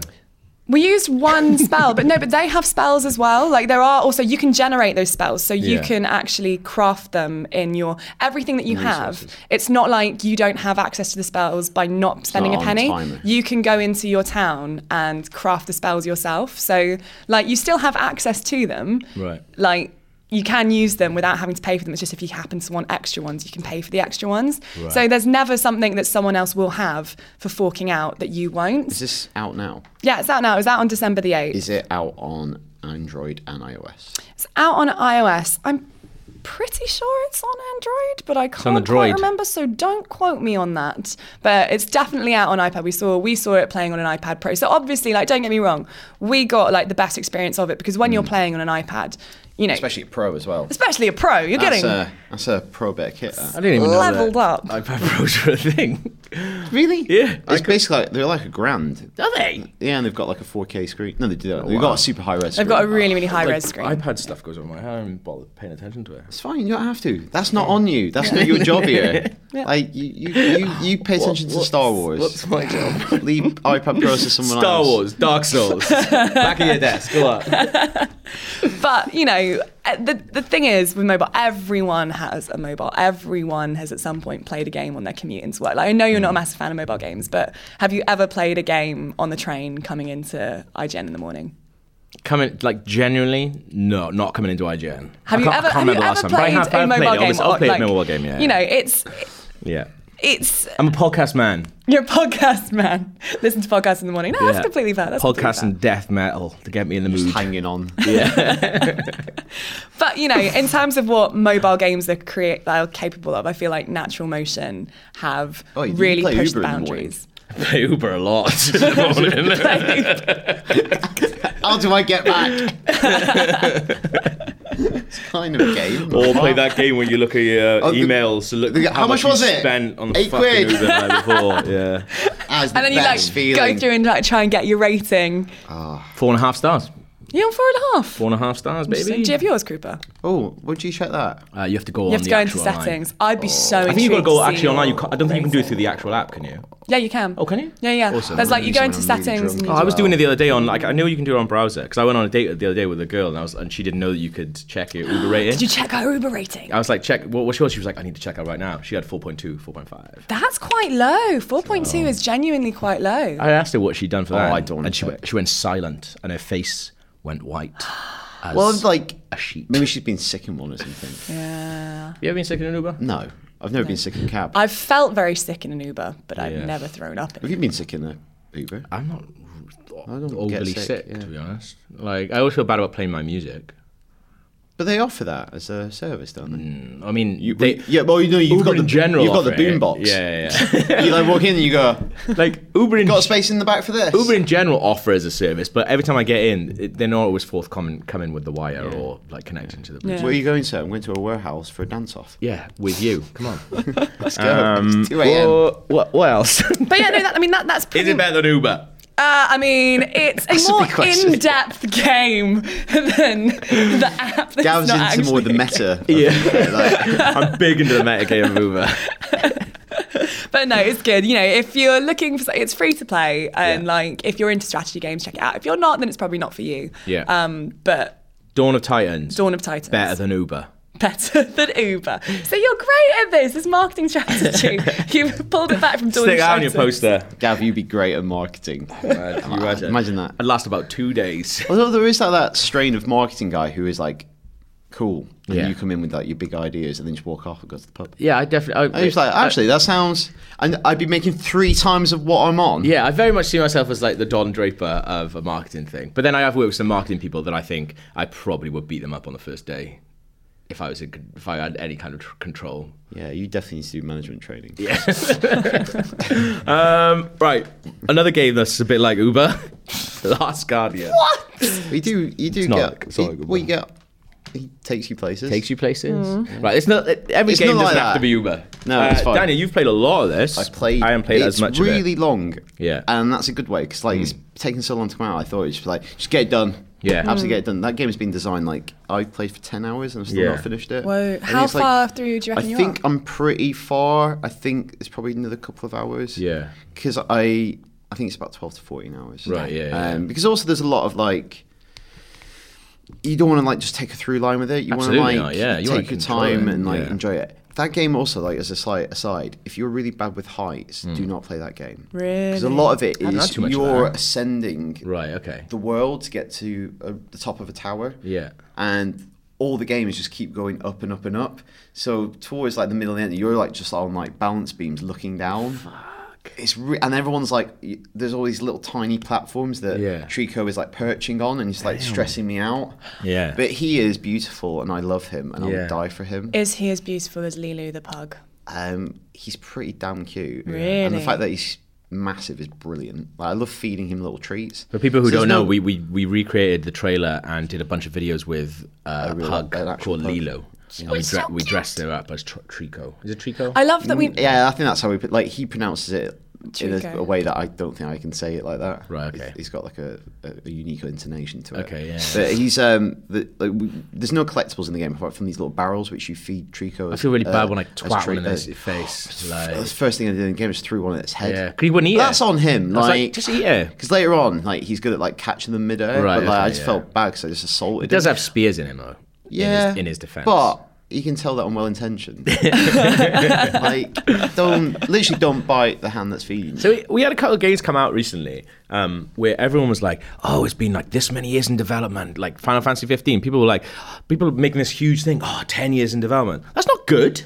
Speaker 2: we used one spell, but no, but they have spells as well. Like there are also you can generate those spells, so you
Speaker 1: Yeah.
Speaker 2: can actually craft them in your everything that you have. It's not like you don't have access to the spells by not spending
Speaker 3: not
Speaker 2: a
Speaker 3: on
Speaker 2: penny.
Speaker 3: timer.
Speaker 2: You can go into your town and craft the spells yourself. So like you still have access to them.
Speaker 1: Right.
Speaker 2: Like you can use them without having to pay for them. It's just if you happen to want extra ones, you can pay for the extra ones. So there's never something that someone else will have for forking out that you won't.
Speaker 3: Is this out now?
Speaker 2: Yeah, it's out now. It was out on December the 8th.
Speaker 3: Is it out on Android and iOS?
Speaker 2: It's out on iOS. I'm pretty sure it's on Android, but I
Speaker 4: on
Speaker 2: can't
Speaker 4: the
Speaker 2: quite
Speaker 4: droid.
Speaker 2: remember, so don't quote me on that. But it's definitely out on iPad. We saw we saw it playing on an iPad Pro. So obviously, like don't get me wrong, we got like the best experience of it because when you're playing on an iPad, you know, especially,
Speaker 3: Especially at Pro as well.
Speaker 2: a pro, you're
Speaker 3: That's uh,
Speaker 2: getting
Speaker 3: a, that's a pro bit of kit. that.
Speaker 4: I didn't even know
Speaker 2: leveled
Speaker 4: that
Speaker 2: up.
Speaker 4: iPad Pros were a thing.
Speaker 3: Really?
Speaker 4: Yeah. I
Speaker 3: It's basically like they're like a grand.
Speaker 4: Are they?
Speaker 3: Yeah, and they've got like a 4K screen. No, they do. They've got a super high res.
Speaker 2: They've got a really really high
Speaker 1: Like,
Speaker 2: res screen.
Speaker 1: iPad stuff goes on my head. I don't even bother paying attention to it.
Speaker 3: It's fine. You don't have to. That's not on you. That's not your job here.
Speaker 2: Yeah.
Speaker 3: Like you, you, you, you pay attention to Star Wars.
Speaker 1: What's my job?
Speaker 3: Leave iPad Pros to someone
Speaker 1: Star
Speaker 3: else.
Speaker 1: Wars, Dark Souls. Back at your desk. Go up.
Speaker 2: but you know uh, the, the thing is with mobile everyone has a mobile everyone has at some point played a game on their commute into work like i know you're
Speaker 4: Mm.
Speaker 2: not a massive fan of mobile games but have you ever played a game on the train coming into ign in the morning
Speaker 4: Coming like genuinely, no, not coming into IGN.
Speaker 2: have
Speaker 4: I
Speaker 2: you
Speaker 4: can't- I
Speaker 2: ever,
Speaker 4: can't
Speaker 2: have you
Speaker 4: remember last
Speaker 2: ever
Speaker 4: time, but I
Speaker 2: played
Speaker 4: have- I've
Speaker 2: a
Speaker 4: played
Speaker 2: mobile
Speaker 4: it.
Speaker 2: game?
Speaker 4: I've
Speaker 2: or,
Speaker 4: played a
Speaker 2: like,
Speaker 4: mobile game, yeah.
Speaker 2: You know, it's
Speaker 4: yeah.
Speaker 2: it's
Speaker 4: I'm a podcast man.
Speaker 2: you're a podcast man. Listen to podcasts in the morning. No,
Speaker 4: Yeah.
Speaker 2: that's completely fair. That's completely
Speaker 4: podcast
Speaker 2: fair.
Speaker 4: and death metal to get me in the mood.
Speaker 3: Hanging on.
Speaker 2: But you know, in terms of what mobile games are create are capable of, I feel like Natural Motion have
Speaker 3: Oh, you
Speaker 2: really
Speaker 3: play
Speaker 2: pushed
Speaker 3: Uber in the
Speaker 2: boundaries.
Speaker 1: Pay Uber a lot. That's
Speaker 3: How do I get back? it's kind of a game.
Speaker 1: Or play that game where you look at your uh,
Speaker 3: Oh, the-
Speaker 1: emails to look
Speaker 3: the-
Speaker 1: how,
Speaker 3: how much
Speaker 1: you
Speaker 3: was it?
Speaker 1: spent on the
Speaker 3: Eight
Speaker 1: fucking
Speaker 3: quid.
Speaker 1: Uber night before. Yeah.
Speaker 3: As the
Speaker 2: And then you like
Speaker 3: best feeling.
Speaker 2: go through and like try and get your rating.
Speaker 4: Four and a half stars.
Speaker 2: You're on four and a half.
Speaker 4: Four and a half stars,
Speaker 2: So
Speaker 4: baby.
Speaker 2: do you have yours, Krupa?
Speaker 3: Oh, would you check that?
Speaker 4: Uh, you have to go
Speaker 2: You
Speaker 4: on
Speaker 2: have to
Speaker 4: the
Speaker 2: go into
Speaker 4: actual online.
Speaker 2: settings. I'd be so.
Speaker 1: I think you've got to
Speaker 2: intrigued
Speaker 1: go
Speaker 2: see
Speaker 1: actually online. You
Speaker 2: your
Speaker 1: can't, I don't think you can do it
Speaker 2: rating.
Speaker 1: through the actual app, can you?
Speaker 2: Yeah, you can.
Speaker 1: Oh, can you?
Speaker 2: Yeah, yeah.
Speaker 3: Awesome.
Speaker 2: There's like
Speaker 3: I'm
Speaker 2: you go
Speaker 3: really
Speaker 2: into
Speaker 3: sorry, I'm really
Speaker 2: settings. and you
Speaker 3: drunk.
Speaker 1: Oh,
Speaker 3: Oh,
Speaker 2: do
Speaker 1: I was
Speaker 2: that.
Speaker 1: doing it the other day on like I know you can do it on browser because I went on a date the other day with a girl and I was and she didn't know that you could check your Uber rating.
Speaker 2: Did you check her Uber rating?
Speaker 1: I was like, check what, what's yours? She was like, I need to check out right now. She had 4.2, 4.5.
Speaker 2: That's quite low. Four point two is genuinely quite low.
Speaker 4: I asked her what she'd done for that.
Speaker 3: I don't wanna
Speaker 4: And she
Speaker 3: check.
Speaker 4: went, she went silent, and her face went white. As
Speaker 3: Well, like
Speaker 4: a sheep.
Speaker 3: maybe she's been sick in one or something.
Speaker 2: yeah.
Speaker 4: you ever been sick in an Uber?
Speaker 3: No, I've never been sick in a cab.
Speaker 2: I've felt very sick in an Uber, but I've
Speaker 1: Yeah.
Speaker 2: never thrown up. In
Speaker 3: Have you been sick in a Uber?
Speaker 4: I'm not
Speaker 3: I don't get
Speaker 4: overly
Speaker 3: sick,
Speaker 4: sick,
Speaker 3: yeah.
Speaker 4: to be honest. Like I always feel bad about playing my music.
Speaker 3: But they offer that as a service, don't they?
Speaker 4: I mean, Mm. they,
Speaker 3: yeah, well, you know, you've
Speaker 4: Uber
Speaker 3: got the
Speaker 4: in general.
Speaker 3: You've got the
Speaker 4: offer it.
Speaker 3: boombox.
Speaker 4: Yeah, yeah.
Speaker 3: you like walk in and you go,
Speaker 4: yeah. like Uber in
Speaker 3: got space in the back for this.
Speaker 4: Uber in general offer as a service, but every time I get in, it, they're not always forthcoming coming with the wire or like connecting to the Bluetooth.
Speaker 2: Yeah.
Speaker 4: Yeah.
Speaker 3: Where are you going to? I'm going to a warehouse for a dance off.
Speaker 4: with you. Come on.
Speaker 3: Let's go. it's 2 a.m.
Speaker 4: Or, what, what else?
Speaker 2: But yeah, no, that, I mean that that's
Speaker 1: Is
Speaker 2: pretty.
Speaker 1: it better than Uber?
Speaker 2: Uh, I mean, it's a
Speaker 3: That's a
Speaker 2: more
Speaker 3: big question.
Speaker 2: in-depth game than the app. That's
Speaker 3: Gav's
Speaker 2: not
Speaker 3: into more
Speaker 2: actually
Speaker 3: the
Speaker 2: a
Speaker 3: meta. Yeah. like,
Speaker 1: I'm big into the metagame mover.
Speaker 2: But no, it's good. You know, if you're looking for, it's free to play, and like if you're into strategy games, check it out. If you're not, then it's probably not for you.
Speaker 1: Yeah.
Speaker 2: Um, but
Speaker 1: Dawn of Titans.
Speaker 2: Dawn of Titans
Speaker 1: Better than Uber.
Speaker 2: better than Uber. So you're great at this. It's marketing strategy. You've pulled it back from Dawn
Speaker 1: Stick
Speaker 2: of
Speaker 1: that on your
Speaker 2: Titans.
Speaker 1: poster.
Speaker 3: Gav, you'd be great at marketing. Imagine that.
Speaker 1: I'd last about two days.
Speaker 3: Although there is like that strain of marketing guy who is like cool, and
Speaker 1: Yeah.
Speaker 3: you come in with like your big ideas, and then just walk off and go to the pub.
Speaker 4: Yeah, I definitely.
Speaker 3: And he's like, actually, that sounds. And I'd be making three times of what I'm on.
Speaker 4: Yeah, I very much see myself as like the Don Draper of a marketing thing. But then I have worked with some marketing people that I think I probably would beat them up on the first day if I was in, con- if I had any kind of tr- control.
Speaker 3: Yeah, you definitely need to do management training.
Speaker 1: Um, right, another game that's a bit like Uber. The Last Guardian.
Speaker 3: You do. You do
Speaker 4: not
Speaker 3: get.
Speaker 4: like- it's not
Speaker 3: you-
Speaker 4: like a good
Speaker 3: well, you get. He takes you places.
Speaker 4: Takes you places, right? It's not every
Speaker 3: It's
Speaker 4: game
Speaker 3: not
Speaker 4: doesn't
Speaker 3: like
Speaker 4: have to
Speaker 3: that.
Speaker 4: be Uber. Uh,
Speaker 3: No, it's fine.
Speaker 1: Daniel, you've played a lot of this.
Speaker 3: I played.
Speaker 1: I haven't played as much
Speaker 3: It's really
Speaker 1: of
Speaker 3: long.
Speaker 1: Yeah. Mm.
Speaker 3: And that's a good way because like it's taken so long to come out. I thought it was just like just get it done.
Speaker 1: Yeah.
Speaker 3: Absolutely
Speaker 2: Mm.
Speaker 3: get it done. That game has been designed like I played for ten hours and I've still
Speaker 1: Yeah.
Speaker 3: not finished it.
Speaker 2: Whoa.
Speaker 3: I think
Speaker 2: How
Speaker 3: it's, like-
Speaker 2: far through do you
Speaker 3: I
Speaker 2: reckon you
Speaker 3: think
Speaker 2: are?
Speaker 3: I'm pretty far. I think it's probably another couple of hours.
Speaker 1: Yeah.
Speaker 3: Because I I think it's about twelve to fourteen hours.
Speaker 1: Right, yeah, yeah.
Speaker 3: Um, because also there's a lot of like. You don't want to like just take a through line with it. You want to
Speaker 1: Absolutely
Speaker 3: like
Speaker 1: not, yeah. You wanna
Speaker 3: take your
Speaker 1: control
Speaker 3: time
Speaker 1: it,
Speaker 3: and like
Speaker 1: yeah.
Speaker 3: enjoy it. That game also like as a slight aside, if you're really bad with heights, do not play that game. Because a
Speaker 2: Really?
Speaker 3: lot of it
Speaker 1: know
Speaker 3: is
Speaker 1: Hmm. too much
Speaker 3: you're
Speaker 1: about that.
Speaker 3: ascending
Speaker 1: it. Right. Okay.
Speaker 3: the world to get to uh, the top of a tower.
Speaker 1: Yeah.
Speaker 3: And all the games just keep going up and up and up. So towards like the middle end, you're like just on like balance beams looking down. It's re- and everyone's like, y- there's all these little tiny platforms that
Speaker 1: Yeah.
Speaker 3: Trico is like perching on, and he's like stressing me out.
Speaker 1: Yeah.
Speaker 3: But he is beautiful, and I love him, and I
Speaker 1: Yeah.
Speaker 3: would die for him.
Speaker 2: Is he as beautiful as Lulu the pug?
Speaker 3: Um, he's pretty damn cute. And the
Speaker 2: Really?
Speaker 3: fact that he's massive is brilliant. Like, I love feeding him little treats.
Speaker 1: For people who
Speaker 3: So there's
Speaker 1: don't know,
Speaker 3: no-
Speaker 1: we, we, we recreated the trailer and did a bunch of videos with uh,
Speaker 3: real-
Speaker 1: a pug
Speaker 3: Oh, an actual
Speaker 1: called
Speaker 3: pug.
Speaker 1: Lilo. And we, dre- we dressed her up as tr- Trico. Is it Trico?
Speaker 2: I love that we.
Speaker 3: Mm, Yeah, I think that's how we put. Like he pronounces it in a,
Speaker 2: Trico.
Speaker 3: a way that I don't think I can say it like that.
Speaker 1: Right, okay.
Speaker 3: He's- he's got like a, a, a unique intonation to it.
Speaker 1: Okay, yeah.
Speaker 3: But he's um, the, like, we, there's no collectibles in the game apart from these little barrels which you feed Trico. uh,
Speaker 1: I feel really bad when I twat
Speaker 3: twat
Speaker 1: one in his face.
Speaker 3: The
Speaker 1: like,
Speaker 3: first thing I did in the game was threw one at its head.
Speaker 1: yeah, 'cause he wouldn't eat
Speaker 3: Oh, That's
Speaker 1: it.
Speaker 3: on him.
Speaker 1: I was
Speaker 3: Like,
Speaker 1: like, just eat it.
Speaker 3: Because later on, like he's good at like catching them midair.
Speaker 1: Right,
Speaker 3: But like, I
Speaker 1: okay,
Speaker 3: just
Speaker 1: yeah.
Speaker 3: felt bad because I just assaulted.
Speaker 1: He does
Speaker 3: him.
Speaker 1: have spears in him though.
Speaker 3: yeah,
Speaker 1: In his, in his defense.
Speaker 3: But you can tell that I'm well intentioned. like, don't literally don't bite the hand that's feeding. you.
Speaker 1: So we, we had a couple of games come out recently um, where everyone was like, "Oh, it's been like this many years in development." Like Final Fantasy 15, people were like, "People are making this huge thing. Oh, 10 years in development. That's not good."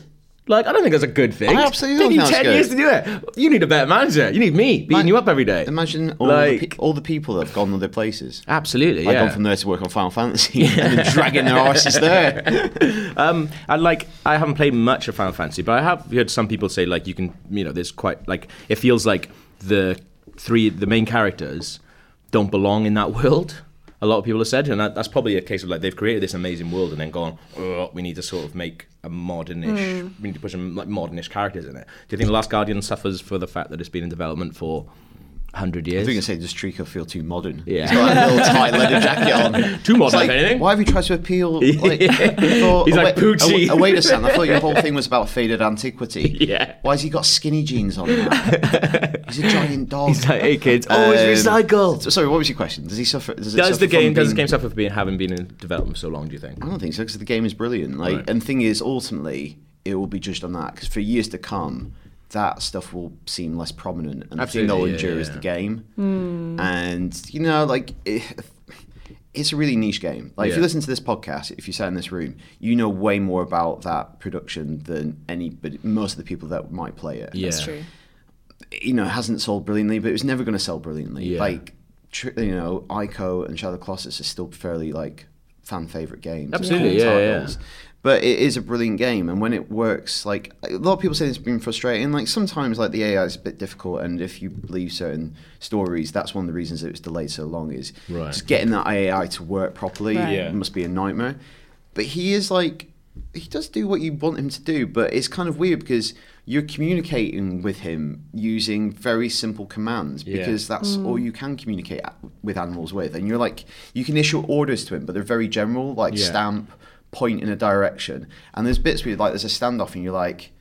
Speaker 1: Like, I don't think that's a good thing.
Speaker 3: I absolutely
Speaker 1: They
Speaker 3: don't
Speaker 1: need
Speaker 3: think
Speaker 1: 10
Speaker 3: that's good.
Speaker 1: years to do it. You need a better manager. You need me beating
Speaker 3: Ma-
Speaker 1: you up every day.
Speaker 3: Imagine all, the,
Speaker 1: Like-
Speaker 3: pe- all the people that have gone other places.
Speaker 1: Absolutely,
Speaker 3: Like
Speaker 1: yeah.
Speaker 3: gone from there to work on Final Fantasy and then dragging their arses there.
Speaker 1: Um, and like, I haven't played much of Final Fantasy, but I have heard some people say like you can, you know, there's quite like it feels like the three the main characters don't belong in that world. A lot of people have said, and that, that's probably a case of like they've created this amazing world and then gone, oh, we need to sort of make a modernish, we need to put some like modernish characters in it. Do you think The Last Guardian suffers for the fact that it's been in development for hundred
Speaker 3: I
Speaker 1: years?
Speaker 3: was going to say, does Trico feel too modern?
Speaker 1: Yeah.
Speaker 3: He's got a little tight leather jacket on.
Speaker 1: Too
Speaker 3: It's
Speaker 1: modern,
Speaker 3: like,
Speaker 1: if anything.
Speaker 3: why have you tried to appeal? Like, I thought-
Speaker 1: He's
Speaker 3: oh,
Speaker 1: like,
Speaker 3: wait,
Speaker 1: "Poochie."
Speaker 3: Oh, wait a second, I thought your whole thing was about faded antiquity.
Speaker 1: Yeah.
Speaker 3: Why has he got skinny jeans on now? He's a giant dog.
Speaker 1: He's like, hey kids, always
Speaker 3: Um,
Speaker 1: recycle.
Speaker 3: so- Sorry, what was your question? Does he suffer? Does, it
Speaker 1: Does
Speaker 3: suffer
Speaker 1: the
Speaker 3: from
Speaker 1: game does the
Speaker 3: being-
Speaker 1: game suffer for being having been in development so long? Do you think?
Speaker 3: I don't think so because the game is brilliant. Like,
Speaker 1: Right.
Speaker 3: and the thing is, ultimately, it will be judged on that because for years to come, that stuff will seem less prominent, and the thing
Speaker 1: Absolutely,
Speaker 3: that'll
Speaker 1: yeah,
Speaker 3: endure is
Speaker 1: yeah.
Speaker 3: the game.
Speaker 1: Hmm.
Speaker 3: And you know, like. It, it's a really niche game. Like if you
Speaker 1: Yeah.
Speaker 3: listen to this podcast, if you sat in this room, you know way more about that production than anybody, most of the people that might play it
Speaker 1: Yeah.
Speaker 2: That's true.
Speaker 3: you know, hasn't sold brilliantly, but it was never going to sell brilliantly.
Speaker 1: Yeah.
Speaker 3: Like, tr- you know, Ico and Shadow of the Colossus are still fairly like fan favorite games. and
Speaker 1: Absolutely,
Speaker 3: cult
Speaker 1: yeah, yeah.
Speaker 3: But it is a brilliant game, and when it works, like a lot of people say, it's been frustrating. Like sometimes, like the AI is a bit difficult, and if you believe certain stories, that's one of the reasons it was delayed so long. Is
Speaker 1: Right.
Speaker 3: just getting that AI to work properly
Speaker 2: Right.
Speaker 1: Yeah.
Speaker 3: must be a nightmare. But he is like he does do what you want him to do, but it's kind of weird because you're communicating with him using very simple commands because that's all you can communicate a- with animals with. And you're like, you can issue orders to him, but they're very general, like stamp, point in a direction. And there's bits where you're like there's a standoff, and you're like,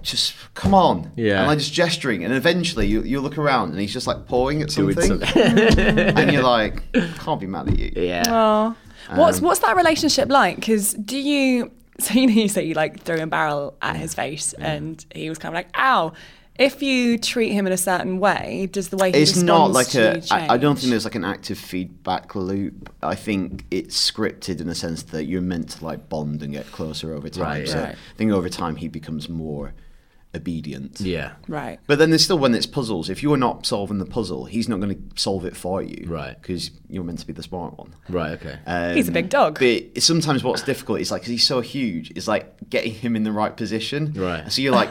Speaker 3: just come on.
Speaker 4: Yeah.
Speaker 3: And I'm just gesturing, and eventually you, you look around, and he's just like pawing at
Speaker 4: Doing
Speaker 3: something, and you're like, can't be mad at you.
Speaker 4: Yeah.
Speaker 2: Oh. What's
Speaker 3: Um,
Speaker 2: what's that relationship like? Because do you so you know you say you like threw a barrel at his face and he was kind of like ow. If you treat him in a certain way, does the way he
Speaker 3: it's not
Speaker 2: responds
Speaker 3: like
Speaker 2: to
Speaker 3: a.
Speaker 2: you
Speaker 3: I, I don't think
Speaker 2: change?
Speaker 3: there's like an active feedback loop. I think it's scripted in the sense that you're meant to like bond and get closer over time.
Speaker 4: Right,
Speaker 3: so
Speaker 2: right.
Speaker 3: I think over time he becomes more obedient.
Speaker 4: Yeah.
Speaker 2: right.
Speaker 3: But then there's still when it's puzzles. If you're not solving the puzzle, he's not going to solve it for you.
Speaker 4: Right.
Speaker 3: Because you're meant to be the smart one.
Speaker 4: Right. Okay.
Speaker 3: Uh,
Speaker 2: He's a big dog.
Speaker 3: But sometimes what's difficult is like 'cause he's so huge, is like getting him in the right position.
Speaker 4: Right.
Speaker 3: So you're like,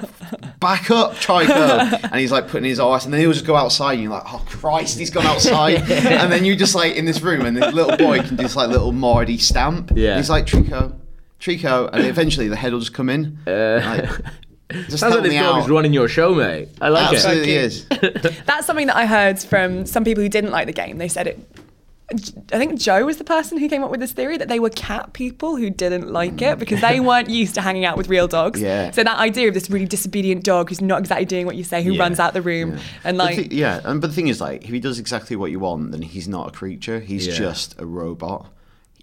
Speaker 3: back up, try go, and he's like putting his arse, and then he'll just go outside, and you're like, oh Christ, he's gone outside, and then you're just like in this room, and the little boy can do this like little Mardy stamp.
Speaker 4: Yeah.
Speaker 3: He's like Trico, Trico, and eventually the head will just come in. like, just
Speaker 4: Uh, Sounds
Speaker 3: help
Speaker 4: like this
Speaker 3: me
Speaker 4: dog
Speaker 3: out.
Speaker 4: is running your show, mate. I like it.
Speaker 3: Absolutely is.
Speaker 2: That's something that I heard from some people who didn't like the game. They said it. I think Joe was the person who came up with this theory that they were cat people who didn't like it because they weren't used to hanging out with real dogs.
Speaker 3: Mm. Yeah.
Speaker 2: So that idea of this really disobedient dog who's not exactly doing what you say, who
Speaker 4: Yeah.
Speaker 2: runs out the room and
Speaker 3: The
Speaker 2: like
Speaker 3: thi- yeah, and but the thing is, like, if he does exactly what you want, then he's not a creature. He's
Speaker 4: Yeah.
Speaker 3: just a robot.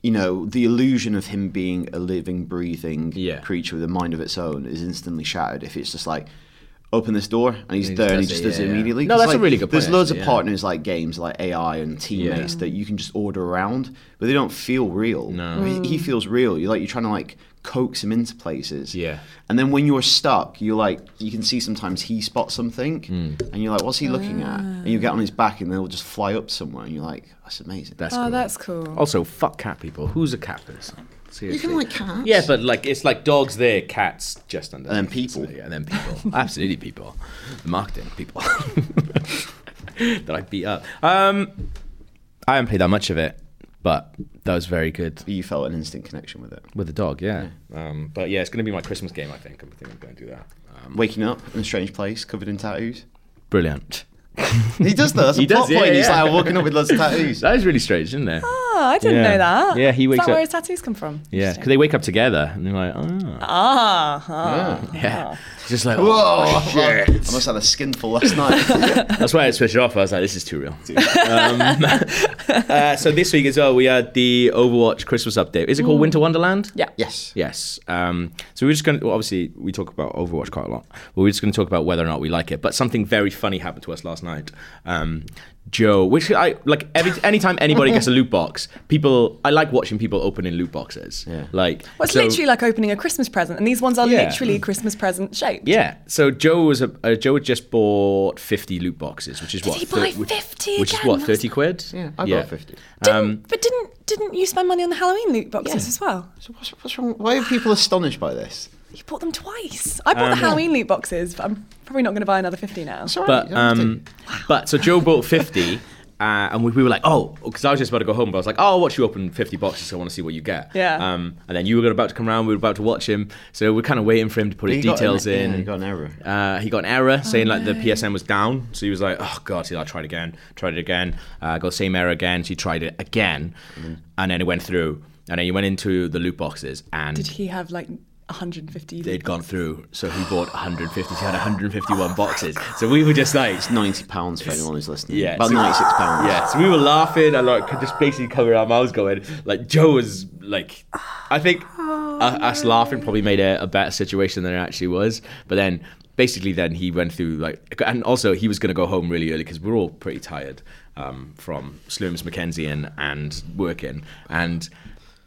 Speaker 3: You know, the illusion of him being a living, breathing
Speaker 4: Yeah.
Speaker 3: creature with a mind of its own is instantly shattered if it's just like. Open this door, and he's
Speaker 4: And he
Speaker 3: there,
Speaker 4: just
Speaker 3: and he
Speaker 4: does
Speaker 3: just
Speaker 4: it,
Speaker 3: does it
Speaker 4: yeah, yeah.
Speaker 3: immediately.
Speaker 4: No,
Speaker 3: 'Cause,
Speaker 4: that's a
Speaker 3: like,
Speaker 4: really good
Speaker 3: There's
Speaker 4: point,
Speaker 3: loads of
Speaker 4: actually, yeah.
Speaker 3: partners like games like AI and teammates that you can just order around, but they don't feel real. No, he, he feels real. You're like you're trying to like coax him into places.
Speaker 4: Yeah.
Speaker 3: And then when you're stuck, you're like, you can see sometimes he spots something and you're like, what's he looking at? And you get on his back and they'll just fly up somewhere and you're like, that's amazing.
Speaker 4: That's
Speaker 2: Oh,
Speaker 4: cool.
Speaker 2: that's cool.
Speaker 4: Also, fuck cat people. Who's a cat person?
Speaker 3: you
Speaker 4: Seriously.
Speaker 3: can like cats.
Speaker 1: Yeah, but like it's like dogs there, cats just under.
Speaker 3: And then people.
Speaker 4: Yeah, and then people. Absolutely people. The marketing people. that I beat up. Um, I haven't played that much of it, but that was very good.
Speaker 3: You felt an instant connection with it.
Speaker 4: With the dog, yeah.
Speaker 1: Um, but yeah, it's going to be my Christmas game. I think. I think I'm going to do that.
Speaker 3: Waking up in a strange place, covered in tattoos.
Speaker 4: Brilliant.
Speaker 3: He does though. That's
Speaker 4: He
Speaker 3: a plot
Speaker 4: does, yeah,
Speaker 3: point. He's
Speaker 4: yeah.
Speaker 3: like, I'm waking up with loads of tattoos.
Speaker 4: That is really strange, isn't it?
Speaker 2: Oh, I didn't
Speaker 4: Yeah.
Speaker 2: know that.
Speaker 4: Yeah, he wakes
Speaker 2: Is that where
Speaker 4: up-
Speaker 2: his tattoos come from?
Speaker 4: Yeah, because
Speaker 2: Interesting.
Speaker 4: they wake up together and they're like, oh.
Speaker 2: Ah, ah.
Speaker 4: yeah. Just like,
Speaker 3: Whoa!
Speaker 4: oh.
Speaker 3: I must have had a skinful last night.
Speaker 4: That's why I switched it off. I was like, this is too real.
Speaker 1: Um, Uh, so this week as well, we had the Overwatch Christmas update. Is it called Winter Wonderland?
Speaker 2: Yeah.
Speaker 3: yes.
Speaker 1: Yes. Um, so we're just going to, well, obviously, we talk about Overwatch quite a lot, but we're just going to talk about whether or not we like it. But something very funny happened to us last night. Um, Joe, which I like every anytime anybody gets a loot box, people, I like watching people opening loot boxes.
Speaker 3: Yeah.
Speaker 1: Like,
Speaker 2: Well, it's
Speaker 1: so-
Speaker 2: literally like opening a Christmas present, and these ones are
Speaker 1: Yeah.
Speaker 2: literally
Speaker 4: Mm.
Speaker 2: Christmas present shaped.
Speaker 1: Yeah. So Joe was a uh, Joe had just bought fifty loot boxes, which is what
Speaker 2: he
Speaker 1: thir-
Speaker 2: buy
Speaker 1: which-
Speaker 2: 50
Speaker 1: which is
Speaker 2: again?
Speaker 1: what
Speaker 2: That's-
Speaker 1: thirty quid. Um,
Speaker 3: Yeah, I got 50.
Speaker 2: Didn't, but didn't didn't you spend money on the Halloween loot boxes as well?
Speaker 3: So what's, what's wrong? Why are people astonished by this?
Speaker 2: You bought them twice. I
Speaker 4: Um,
Speaker 2: bought the Halloween loot boxes, but I'm probably not going to buy another 50 now.
Speaker 3: It's all right,
Speaker 1: But
Speaker 3: you don't have
Speaker 1: um,
Speaker 3: to.
Speaker 1: but so Joe bought fifty, uh, and we, we were like, oh, because I was just about to go home, but I was like, oh, I'll watch you open fifty boxes. I want to see what you get.
Speaker 2: Yeah.
Speaker 1: Um, and then you were about to come round. We were about to watch him, so we're kind of waiting for him to put his
Speaker 3: He got an- e-,
Speaker 1: details in.
Speaker 3: yeah, he got an error.
Speaker 1: Uh, he got an error
Speaker 2: Oh,
Speaker 1: saying like the PSN was down, so he was like, "Oh God!" He like tried again, tried it again, uh, got the same error again. So he tried it again,
Speaker 3: Mm-hmm.
Speaker 1: and then it went through, and then he went into the loot boxes, and
Speaker 2: Did he have like 150?
Speaker 1: they'd gone through. So he bought 150. He had
Speaker 2: Oh,
Speaker 1: 151 boxes. So we were just like,
Speaker 3: Ninety pounds for anyone who's listening.
Speaker 1: Yeah,
Speaker 3: about
Speaker 1: so-
Speaker 3: ninety-six pounds.
Speaker 1: yeah. So we were laughing and like could just basically covering our mouths, going like Joe was like, I think u- us laughing probably made it a better situation than it actually was. But then basically, then he went through like, and also he was going to go home really early because we are all pretty tired um, from Slums Mackenzian and working and.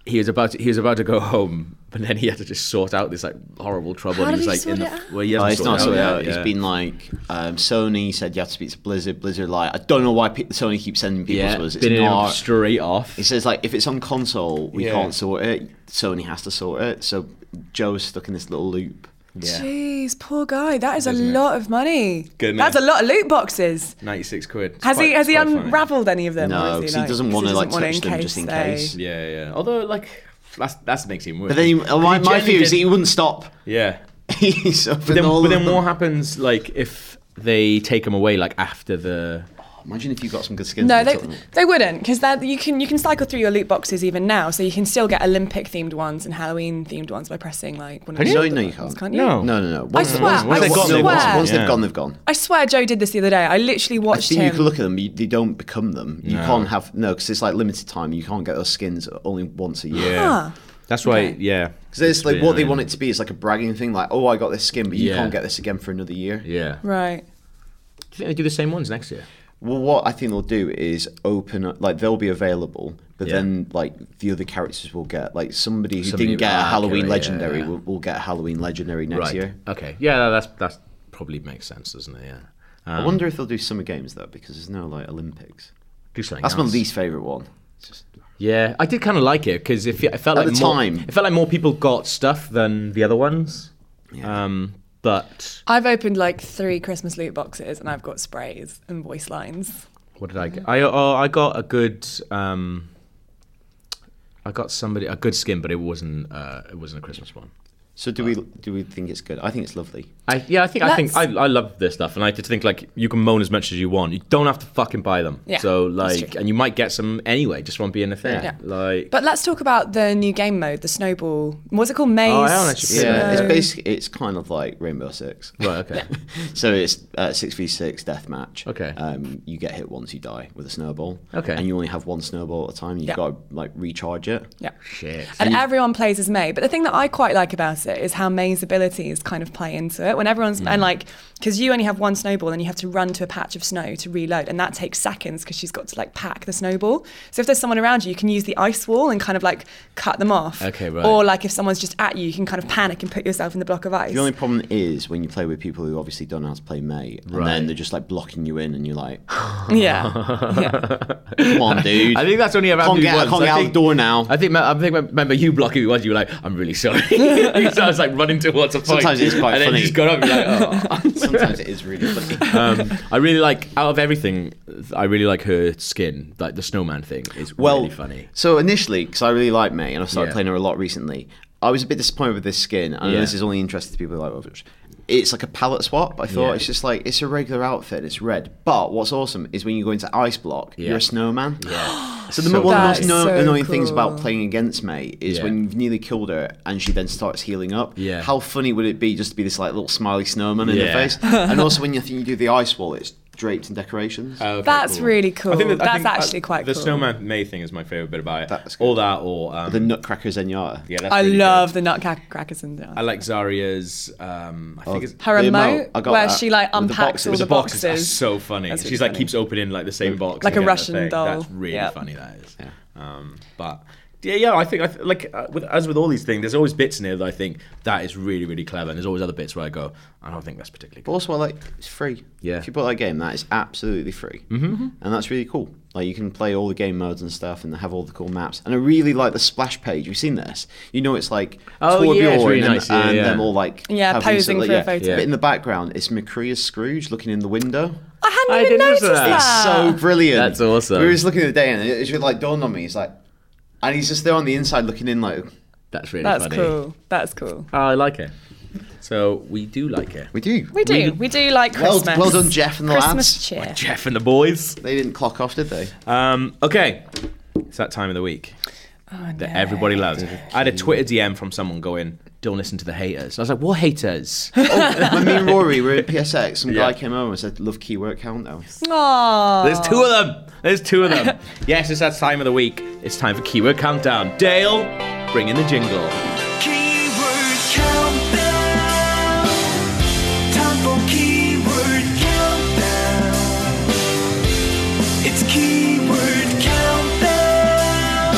Speaker 1: He was about to, he was about to go home, but then he had to just sort out this like horrible trouble.
Speaker 2: How
Speaker 1: he
Speaker 2: did
Speaker 1: was
Speaker 2: he
Speaker 1: like in
Speaker 2: sort
Speaker 1: the
Speaker 2: it out?
Speaker 1: well, he
Speaker 3: Oh,
Speaker 1: hasn't
Speaker 3: it's not so
Speaker 1: sorted it
Speaker 3: out.
Speaker 1: out
Speaker 3: It's
Speaker 1: yet.
Speaker 3: been like um, Sony said you have to speak to Blizzard. Blizzard like I don't know why pe- Sony keeps sending people
Speaker 1: yeah,
Speaker 3: to us. It's
Speaker 1: been in
Speaker 3: not.
Speaker 1: straight off.
Speaker 3: it says like if it's on console, we
Speaker 1: Yeah.
Speaker 3: can't sort it. Sony has to sort it. So Joe's stuck in this little loop.
Speaker 2: Jeez, poor guy. That is a lot of money.
Speaker 1: Goodness.
Speaker 2: That's a lot of loot boxes.
Speaker 1: 96 quid. It's
Speaker 2: Has he
Speaker 1: quite-
Speaker 2: has he
Speaker 1: it's quite funny.
Speaker 2: unravelled any of them?
Speaker 3: No,
Speaker 2: or is
Speaker 3: 'cause
Speaker 2: he,
Speaker 3: he
Speaker 2: like-
Speaker 3: doesn't
Speaker 2: 'cause
Speaker 3: wanna, like,
Speaker 2: wanna
Speaker 3: touch them just in case.
Speaker 1: Yeah, yeah. Although, like,
Speaker 4: That's that makes him worse.
Speaker 3: But then he, my, my
Speaker 1: generally
Speaker 3: view is
Speaker 1: did-
Speaker 3: he wouldn't stop.
Speaker 1: yeah.
Speaker 3: He's up in
Speaker 1: Then,
Speaker 3: all
Speaker 1: but
Speaker 3: of
Speaker 1: then
Speaker 3: them.
Speaker 1: what happens like if they take him away like after the
Speaker 3: Imagine if you got some good skins.
Speaker 2: No,
Speaker 3: on
Speaker 2: they,
Speaker 3: top of it.
Speaker 2: they wouldn't because you can you can cycle through your loot boxes even now, so you can still get Olympic themed ones and Halloween themed ones by pressing like one of
Speaker 3: Can
Speaker 2: the
Speaker 3: you?
Speaker 2: other
Speaker 3: No, you
Speaker 2: ones,
Speaker 3: can't.
Speaker 2: can't you?
Speaker 1: No.
Speaker 3: No, no, no. Once,
Speaker 2: swear,
Speaker 3: once,
Speaker 2: I
Speaker 3: once they've gone, they've
Speaker 2: swear.
Speaker 3: gone. Once
Speaker 1: Yeah.
Speaker 3: they've gone, they've gone.
Speaker 2: I swear Joe did this the other day. I literally
Speaker 3: I
Speaker 2: watched
Speaker 3: think you
Speaker 2: him.
Speaker 3: can look at them. You, they don't become them. You can't have no, because it's like limited time. You can't get those skins only once a year.
Speaker 2: Ah.
Speaker 1: That's why
Speaker 2: Okay.
Speaker 1: yeah.
Speaker 3: Because it's like what they
Speaker 1: Yeah.
Speaker 3: want it to be is like a bragging thing. Like, oh, I got this skin, but you
Speaker 1: Yeah.
Speaker 3: can't get this again for another year.
Speaker 1: uh, Yeah. Do
Speaker 2: Right.
Speaker 1: you think they do the same ones next year?
Speaker 3: Well, what I think they'll do is open up, like they'll be available, but
Speaker 1: Yeah.
Speaker 3: then like the other characters will get like somebody who
Speaker 1: Somebody-
Speaker 3: didn't get a
Speaker 1: ah, okay,
Speaker 3: Halloween
Speaker 1: right, yeah,
Speaker 3: legendary
Speaker 1: yeah.
Speaker 3: Will, will get a Halloween legendary next
Speaker 1: Right.
Speaker 3: year.
Speaker 1: Okay. Yeah, that's that's probably makes sense, doesn't it? Yeah. Um, Uh-huh.
Speaker 3: I wonder if they'll do summer games though, because there's no like Olympics.
Speaker 1: Do something
Speaker 3: That's my
Speaker 1: else.
Speaker 3: least favorite one. It's just-
Speaker 1: Yeah, I did kind of like it because if it felt
Speaker 3: At
Speaker 1: like
Speaker 3: the
Speaker 1: more,
Speaker 3: time.
Speaker 1: it felt like more people got stuff than the other ones. Um, but
Speaker 2: I've opened like three Christmas loot boxes and I've got sprays and voice lines.
Speaker 1: what did I get? I oh, I got a good. Um, I got somebody a good skin, but it wasn't. Uh, it wasn't a Christmas one.
Speaker 3: So do we
Speaker 1: Uh.
Speaker 3: do we think it's good? I think it's lovely.
Speaker 1: I, yeah, I think I think I,
Speaker 2: Let's-
Speaker 1: I love this stuff, and I just think like you can moan as much as you want. You don't have to fucking buy them.
Speaker 2: Yeah,
Speaker 1: so
Speaker 2: that's
Speaker 1: like,
Speaker 2: true.
Speaker 1: and you might get some anyway, just from being a thing.
Speaker 2: Yeah.
Speaker 1: Like,
Speaker 2: But let's talk about the new game mode, the snowball. What's it called? Maze.
Speaker 1: Oh, I haven't actually played
Speaker 3: Yeah,
Speaker 1: Yeah.
Speaker 3: it's
Speaker 2: Snow-
Speaker 3: basically it's kind of like Rainbow Six.
Speaker 1: right, okay,
Speaker 3: So it's uh, six v six death match.
Speaker 1: Okay.
Speaker 3: Um, you get hit once you die with a snowball.
Speaker 1: Okay.
Speaker 3: And you only have one snowball at a time. You've
Speaker 2: Yeah.
Speaker 3: got to like recharge it.
Speaker 2: Yeah.
Speaker 1: shit.
Speaker 2: And everyone plays as May. But the thing that I quite like about it is how May's abilities kind of play into it. When everyone's,
Speaker 1: Mm.
Speaker 2: and like, because you only have one snowball and you have to run to a patch of snow to reload. And that takes seconds because she's got to like pack the snowball. So if there's someone around you, you can use the ice wall and kind of like cut them off.
Speaker 1: Okay, right.
Speaker 2: Or like if someone's just at you, you can kind of panic and put yourself in the block of ice.
Speaker 3: The only problem is when you play with people who obviously don't know how to play May, and then
Speaker 1: Right.
Speaker 3: they're just like blocking you in, and you're like,
Speaker 2: yeah. yeah.
Speaker 3: "Come on, dude,
Speaker 1: I think that's only ever happened
Speaker 3: can't get, I
Speaker 1: once.
Speaker 3: can't
Speaker 1: I
Speaker 3: get out
Speaker 1: think-
Speaker 3: the door now."
Speaker 1: I think I think I remember you blocking me once. You were like, "I'm really sorry." so I was like running towards a point.
Speaker 3: Sometimes it's quite
Speaker 1: and
Speaker 3: funny.
Speaker 1: Then you just got up. and You're like,
Speaker 3: Sometimes it is really funny.
Speaker 1: oh. um, I really like out of everything. I really like her skin. Like the snowman thing is
Speaker 3: well,
Speaker 1: really funny.
Speaker 3: so initially, because I really like May, and I started
Speaker 1: Yeah.
Speaker 3: playing her a lot recently, I was a bit disappointed with this skin. I know
Speaker 1: Yeah.
Speaker 3: this is only interesting to people who like Overwatch. It's like a palette swap. I thought
Speaker 1: Yeah.
Speaker 3: it's just like it's a regular outfit. and It's red, but what's awesome is when you go into Ice Block,
Speaker 1: Yeah.
Speaker 3: you're a snowman.
Speaker 1: Yeah.
Speaker 3: So the
Speaker 1: So
Speaker 3: one of the
Speaker 2: cool.
Speaker 3: most
Speaker 2: That's
Speaker 3: anno-
Speaker 2: so
Speaker 3: annoying things about
Speaker 2: cool.
Speaker 3: playing against May is
Speaker 1: Yeah.
Speaker 3: when you've nearly killed her and she then starts healing up.
Speaker 1: Yeah.
Speaker 3: How funny would it be just to be this like little smiley snowman in the
Speaker 1: Yeah.
Speaker 3: face? and also when you think you do the ice wall, it's draped in decorations.
Speaker 1: Uh,
Speaker 2: That's really cool. That's
Speaker 3: uh,
Speaker 2: actually quite
Speaker 4: the
Speaker 2: cool.
Speaker 4: snowman May thing is my favorite bit about it.
Speaker 3: That's good.
Speaker 4: All that or um,
Speaker 3: the Nutcracker Zenyatta.
Speaker 4: yeah, that's
Speaker 2: I
Speaker 4: really
Speaker 2: love the nutcrackers and
Speaker 4: Good. I like Zarya's. Um, I think it's
Speaker 2: her
Speaker 3: The
Speaker 2: remote,
Speaker 3: remote, I got
Speaker 2: where
Speaker 3: that.
Speaker 2: she like
Speaker 3: With the
Speaker 2: unpacks
Speaker 3: boxes.
Speaker 2: all
Speaker 3: With
Speaker 2: the
Speaker 4: the boxes. are
Speaker 2: boxes.
Speaker 4: so funny.
Speaker 2: That's really
Speaker 4: She's like
Speaker 2: funny.
Speaker 4: keeps opening like the same box.
Speaker 2: Like a
Speaker 4: again, I
Speaker 2: Russian
Speaker 4: think.
Speaker 2: doll.
Speaker 4: That's really
Speaker 2: Yeah.
Speaker 4: funny. That is. Um, but yeah, yeah. I think I th- like uh, with, as with all these things, there's always bits in here that I think that is really really clever, and there's always other bits where I go, I don't think that's particularly.
Speaker 3: But
Speaker 4: Good.
Speaker 3: also, I like it's free.
Speaker 1: Yeah.
Speaker 3: If you bought that game, that is absolutely free, mm-hmm. and that's really cool. Like you can play all the game modes and stuff, and have all the cool maps. And I really like the splash page. You've seen this. You know, it's like
Speaker 1: Oh,
Speaker 3: Torbjorn
Speaker 1: yeah, it's really
Speaker 3: and,
Speaker 1: nice. Yeah,
Speaker 3: and
Speaker 1: yeah.
Speaker 3: them all like
Speaker 2: Yeah,
Speaker 3: having
Speaker 2: posing
Speaker 3: sort of-
Speaker 2: for a
Speaker 3: yeah.
Speaker 2: photo.
Speaker 1: Yeah.
Speaker 3: But in the background, it's Macrea's Scrooge looking in the window.
Speaker 2: I hadn't
Speaker 1: I
Speaker 2: even
Speaker 1: didn't
Speaker 2: noticed
Speaker 1: notice
Speaker 2: that.
Speaker 1: that.
Speaker 3: It's
Speaker 2: Ah.
Speaker 3: so brilliant.
Speaker 1: That's awesome.
Speaker 3: We were just looking at the day, and it, it just like dawned on me. It's like, and he's just there on the inside looking in, like
Speaker 1: That's really
Speaker 2: That's
Speaker 1: funny.
Speaker 2: cool. That's cool.
Speaker 1: Oh, I like it. So we do like it.
Speaker 3: we do.
Speaker 2: We do. We, do like
Speaker 3: Well-
Speaker 2: Christmas.
Speaker 3: well done, Jeff and the
Speaker 2: Christmas
Speaker 3: lads.
Speaker 2: cheer.
Speaker 1: Jeff and the boys.
Speaker 3: They didn't clock off, did they?
Speaker 1: Um, okay, it's that time of the week.
Speaker 2: Oh,
Speaker 1: that
Speaker 2: no.
Speaker 1: everybody loves. I had a Twitter DM from someone going, "Don't listen to the haters." I was like, "What haters?" this
Speaker 3: when me and Rory were in PSX, some guy
Speaker 1: Yeah.
Speaker 3: came over and said, "Love keyword countdown."
Speaker 2: Aw.
Speaker 1: There's two of them. There's two of them. yes, it's that time of the week. It's time for keyword countdown. Dale, bring in the jingle.
Speaker 5: Keyword countdown. Time for keyword countdown. It's keyword countdown.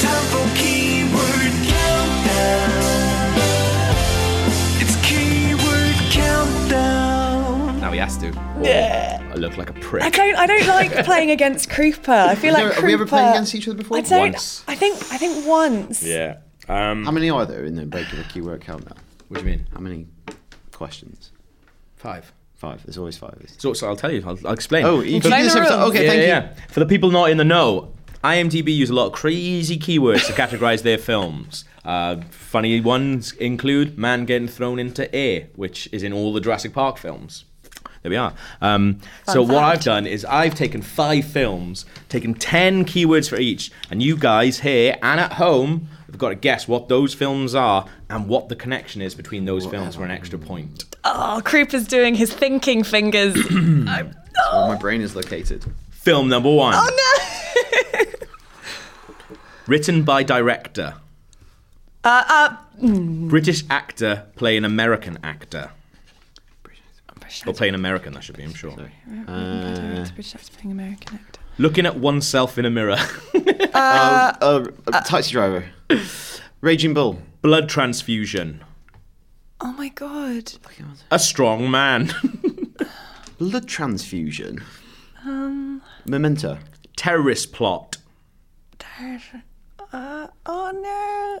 Speaker 5: Time for keyword countdown. It's keyword countdown.
Speaker 1: Now he has to. Oh, I look like a prick.
Speaker 2: I don't. I don't like playing against Krupa. I feel like
Speaker 3: Have
Speaker 2: Krupa.
Speaker 3: we ever played against each other before?
Speaker 2: I don't.
Speaker 1: Once.
Speaker 2: I think. I think once.
Speaker 1: Yeah. Uh,
Speaker 3: How many are there in the regular keyword countdown?
Speaker 1: What do you mean?
Speaker 3: How many questions?
Speaker 1: Five.
Speaker 3: Five. There's always five.
Speaker 1: So, so I'll tell you. I'll, I'll explain.
Speaker 3: Oh, you
Speaker 2: Explain
Speaker 3: did this
Speaker 2: the
Speaker 3: episode-
Speaker 2: rules.
Speaker 3: Okay,
Speaker 1: yeah,
Speaker 3: thank
Speaker 1: yeah, yeah. For the people not in the know, IMDb use a lot of crazy keywords to categorize their films. Uh, funny ones include man getting thrown into air, which is in all the Jurassic Park films. There we are. Um, so what
Speaker 2: fact.
Speaker 1: I've done is I've taken five films, taken ten keywords for each, and you guys here and at home have got to guess what those films are and what the connection is between those films for an extra point.
Speaker 2: Oh, Krupa's doing his thinking fingers. I'm-
Speaker 3: Where Oh, my brain is located.
Speaker 1: Film number one,
Speaker 2: oh no.
Speaker 1: written by director,
Speaker 2: Uh, uh,
Speaker 1: British actor play an American actor.
Speaker 2: British
Speaker 1: Or play an American, that should be, I'm sure.
Speaker 2: actor, British actor playing American actor.
Speaker 1: Looking at oneself in a mirror.
Speaker 3: Uh, uh, taxi driver. Raging Bull.
Speaker 1: Blood transfusion.
Speaker 2: Oh my god.
Speaker 1: A strong man.
Speaker 3: Blood transfusion. Um.
Speaker 2: Um,
Speaker 3: Memento.
Speaker 1: Terrorist plot.
Speaker 2: Uh, oh no.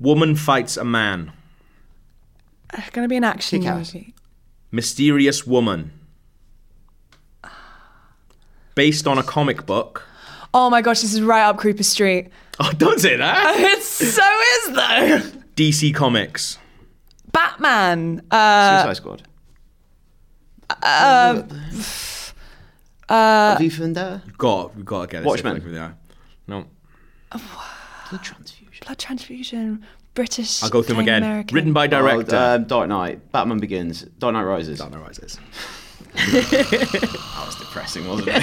Speaker 1: Woman fights a man.
Speaker 2: It's Uh, gonna be an action
Speaker 3: Kick-Ass.
Speaker 2: movie.
Speaker 1: Mysterious woman. Based on a comic book.
Speaker 2: Oh my gosh, this is right up Krupa Street.
Speaker 1: Oh, don't say that.
Speaker 2: It so is though.
Speaker 1: DC Comics.
Speaker 2: Batman. Uh,
Speaker 3: Suicide Squad. Uh. Uh. V for Vendetta.
Speaker 1: Got, we got to get this.
Speaker 3: Watchmen.
Speaker 1: Like, yeah. No.
Speaker 3: Blood transfusion.
Speaker 2: blood transfusion. British.
Speaker 1: I'll go through them
Speaker 2: playing
Speaker 1: again.
Speaker 2: American.
Speaker 1: Written by director.
Speaker 3: Oh, uh, Dark Knight. Batman Begins. Dark Knight Rises. Dark Knight Rises. that was depressing, wasn't it?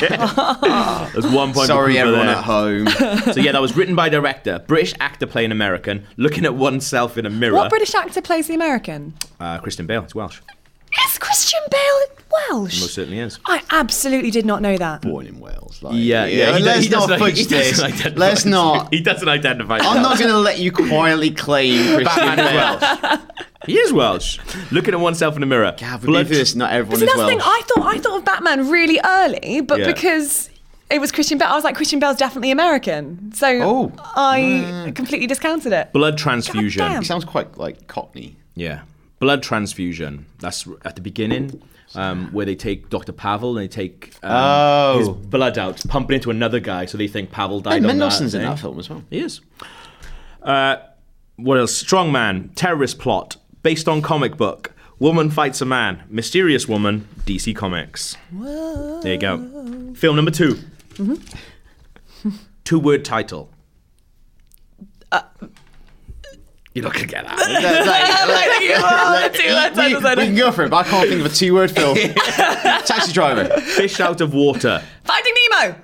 Speaker 1: There's one point.
Speaker 3: Sorry,
Speaker 1: for Cooper
Speaker 3: everyone
Speaker 1: there.
Speaker 3: at home.
Speaker 1: So yeah, that was written by director. British actor playing American. Looking at oneself in a mirror.
Speaker 2: What British actor plays the American?
Speaker 1: uh, Kristen Bale. It's Welsh.
Speaker 2: Is Christian Bale Welsh?
Speaker 1: Most certainly is.
Speaker 2: I absolutely did not know that.
Speaker 3: Born in Wales. Like,
Speaker 1: Yeah, yeah. he
Speaker 3: let's
Speaker 1: does- he
Speaker 3: not
Speaker 1: doesn't- he
Speaker 3: fudge this.
Speaker 1: doesn't identify-
Speaker 3: Let's not.
Speaker 1: He doesn't identify.
Speaker 3: I'm not going to let you quietly claim Christian
Speaker 1: Batman is
Speaker 3: Bale.
Speaker 1: Welsh. He is Welsh. Looking at oneself in the mirror.
Speaker 3: Have we
Speaker 1: Blood
Speaker 3: been through this? Not everyone
Speaker 2: See,
Speaker 3: is
Speaker 2: that's the thing.
Speaker 3: Welsh.
Speaker 2: I thought I thought of Batman really early, but
Speaker 1: Yeah.
Speaker 2: because it was Christian Bale, I was like, Christian Bale's definitely American. So
Speaker 3: Oh.
Speaker 2: I completely discounted it.
Speaker 1: blood
Speaker 2: God
Speaker 1: transfusion.
Speaker 2: damn.
Speaker 3: He sounds quite like Cockney.
Speaker 1: Yeah. Blood transfusion. That's r- at the beginning um, where they take Dr. Pavel and they take um,
Speaker 3: Oh.
Speaker 1: his blood out, pump it into another guy, so they think Pavel died.
Speaker 3: Ben
Speaker 1: on
Speaker 3: Mendelsohn's in
Speaker 1: thing.
Speaker 3: that film as well.
Speaker 1: He is. Uh, what else? Strongman, terrorist plot, based on comic book. Woman fights a man, mysterious woman, DC Comics. There you go. Film number 2 Two word title. You're not going to get that.
Speaker 3: we, we can go for it, but I can't think of a two-word film. Taxi driver.
Speaker 1: Fish out of water,
Speaker 2: Finding Nemo.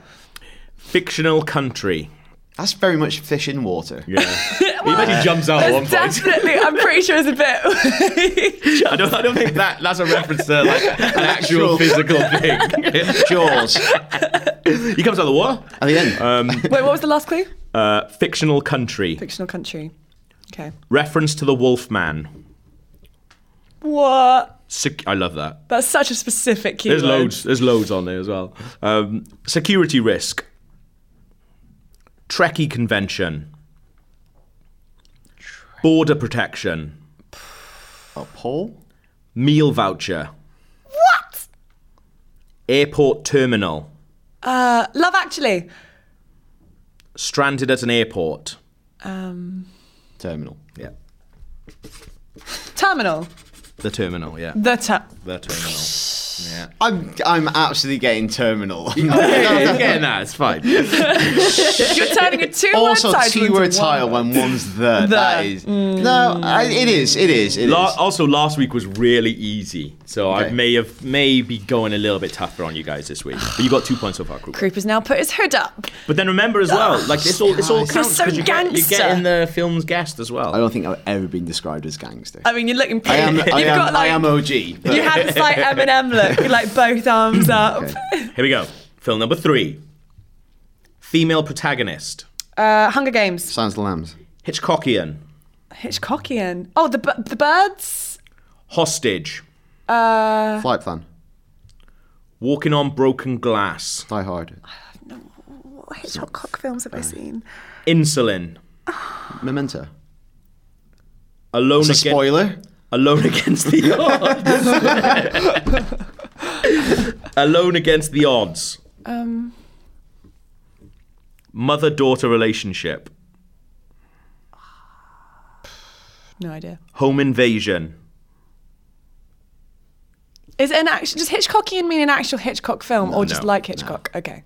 Speaker 1: fictional country.
Speaker 3: That's very much fish in water.
Speaker 1: He bet he jumps out at one point.
Speaker 2: Definitely, I'm pretty sure it's a bit.
Speaker 1: I don't, I don't think that, that's a reference to like an actual
Speaker 3: Actual.
Speaker 1: physical thing.
Speaker 3: Jaws.
Speaker 1: he comes out of the water.
Speaker 3: At the end.
Speaker 1: Um,
Speaker 2: Wait, what was the last clue?
Speaker 1: Uh, fictional country.
Speaker 2: Fictional country. Okay.
Speaker 1: Reference to the Wolfman.
Speaker 2: What?
Speaker 1: Sec- I love that.
Speaker 2: That's such a specific
Speaker 1: There's
Speaker 2: keyword.
Speaker 1: loads. There's loads on there as well. Um, security risk. Trekkie convention. Border protection.
Speaker 3: a pole.
Speaker 1: Meal voucher.
Speaker 2: What?
Speaker 1: Airport terminal.
Speaker 2: Uh, Love Actually.
Speaker 1: Stranded at an airport.
Speaker 2: Um,
Speaker 3: Terminal.
Speaker 1: Yeah.
Speaker 2: terminal.
Speaker 1: The terminal. Yeah.
Speaker 2: The ter-
Speaker 1: The terminal.
Speaker 3: I'm I'm absolutely getting terminal.
Speaker 1: yeah, yeah, nah, it's fine.
Speaker 2: You're turning a two-word
Speaker 3: also,
Speaker 2: title into
Speaker 3: two-word
Speaker 2: one.
Speaker 3: title when one's the. That is. No, I, it is. It is. It is.
Speaker 1: La- also, last week was really easy, so I
Speaker 3: Okay.
Speaker 1: may have maybe going a little bit tougher on you guys this week. But you got two points so far, Krupa.
Speaker 2: Group has now put his hood up.
Speaker 1: But then remember as well,
Speaker 3: Ah,
Speaker 1: like it's all it's all
Speaker 3: Guys.
Speaker 1: counts
Speaker 2: You're so
Speaker 1: 'cause you get, you
Speaker 2: gangster.
Speaker 1: get in the film's guest as
Speaker 3: I
Speaker 1: well.
Speaker 3: don't think I've ever been described as gangster.
Speaker 2: I mean, you're looking
Speaker 3: I
Speaker 2: pretty. Uh,
Speaker 3: am.
Speaker 2: You've
Speaker 3: I am,
Speaker 2: got like
Speaker 3: I am OG. but-
Speaker 2: you had this like Eminem look, with, like both arms up.
Speaker 3: Okay.
Speaker 1: Here we go. Film number three. Female protagonist.
Speaker 2: Uh, Hunger Games.
Speaker 3: Silence of the Lambs.
Speaker 1: Hitchcockian.
Speaker 2: Hitchcockian. Oh, the bu- the birds.
Speaker 1: Hostage.
Speaker 2: Uh,
Speaker 3: Flight Plan.
Speaker 1: Walking on broken glass.
Speaker 3: Die Hard.
Speaker 2: what Hitchcock films have I seen?
Speaker 1: Insulin.
Speaker 3: Memento.
Speaker 1: Alone
Speaker 3: It's a
Speaker 1: against
Speaker 3: spoiler.
Speaker 1: Alone against the odds. Alone against the odds.
Speaker 2: Um,
Speaker 1: Mother daughter relationship.
Speaker 2: No idea.
Speaker 1: Home invasion.
Speaker 2: Is it an action? Does Hitchcockian mean an actual Hitchcock film or just
Speaker 1: no,
Speaker 2: like Hitchcock? Okay.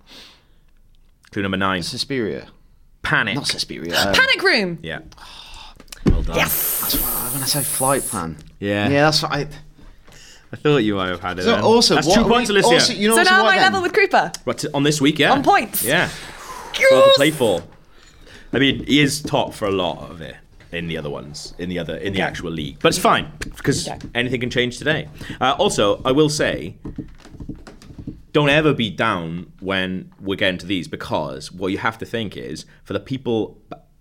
Speaker 1: Clue number nine.
Speaker 3: Suspiria.
Speaker 1: Panic.
Speaker 3: Not Suspiria. um,
Speaker 2: Panic Room.
Speaker 1: yeah.
Speaker 2: Yes.
Speaker 3: uh, when I say flight plan.
Speaker 1: Yeah.
Speaker 3: Yeah, that's what I.
Speaker 1: I thought you might have had it.
Speaker 3: So
Speaker 1: then.
Speaker 3: also,
Speaker 1: That's
Speaker 3: what
Speaker 1: two
Speaker 3: are
Speaker 1: points,
Speaker 3: we,
Speaker 1: Alicia.
Speaker 3: Also, you know
Speaker 2: So
Speaker 3: also
Speaker 2: now
Speaker 3: what
Speaker 2: my
Speaker 3: then?
Speaker 2: level with Creeper.
Speaker 1: Right, on this week, yeah.
Speaker 2: On points.
Speaker 1: Yeah. Well, the play for. I mean, he is top for a lot of it in the other ones, in the other, in the actual league. But it's fine because
Speaker 2: Okay.
Speaker 1: anything can change today. Uh, also, I will say, don't ever be down when we're getting to these because what you have to think is for the people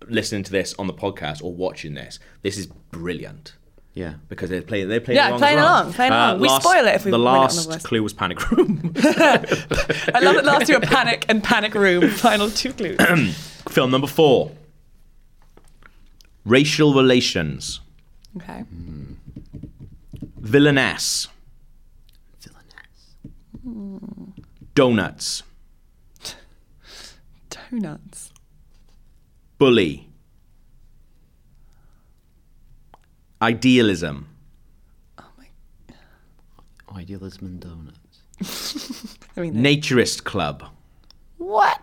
Speaker 1: listening to this on the podcast or watching this, this is brilliant.
Speaker 3: Yeah.
Speaker 1: Because they're playing, they're playing
Speaker 2: Yeah,
Speaker 1: along.
Speaker 2: playing
Speaker 1: as well. Uh,
Speaker 2: along, playing along. We
Speaker 1: last-
Speaker 2: spoil it if we
Speaker 1: the
Speaker 2: win it on the
Speaker 1: last
Speaker 2: list.
Speaker 1: clue was panic room.
Speaker 2: I love that last two are Panic and Panic Room. Final two clues.
Speaker 1: Film number four Racial Relations.
Speaker 2: okay.
Speaker 1: Villainess. Donuts.
Speaker 2: Donuts.
Speaker 1: Bully. Idealism.
Speaker 3: Idealism and donuts.
Speaker 2: I mean,
Speaker 1: Naturist Club.
Speaker 2: what?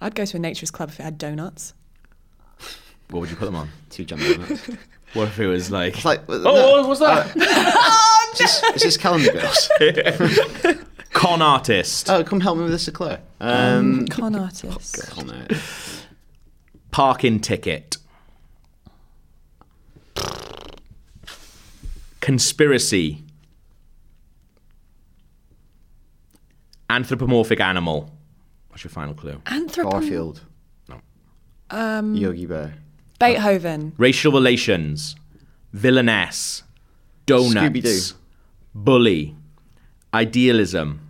Speaker 2: I'd go to a naturist club if it had donuts.
Speaker 1: What would you put them on?
Speaker 3: Two jump donuts.
Speaker 1: What if it was like.
Speaker 3: It's like, Uh, oh,
Speaker 1: what's that?
Speaker 2: Oh,
Speaker 3: is, this, is this calendar girls?
Speaker 1: Con artist.
Speaker 3: oh, come help me with this, Eclair. Um,
Speaker 1: Oh,
Speaker 2: Con artist.
Speaker 3: on it.
Speaker 1: Parking ticket. Conspiracy. Anthropomorphic animal. What's your final clue?
Speaker 2: Anthropomorphic.
Speaker 3: Barfield. No. Um, Yogi Bear.
Speaker 2: Beethoven.
Speaker 1: Racial relations. Villainess. Donuts.
Speaker 3: Scooby-Doo.
Speaker 1: Bully. Idealism.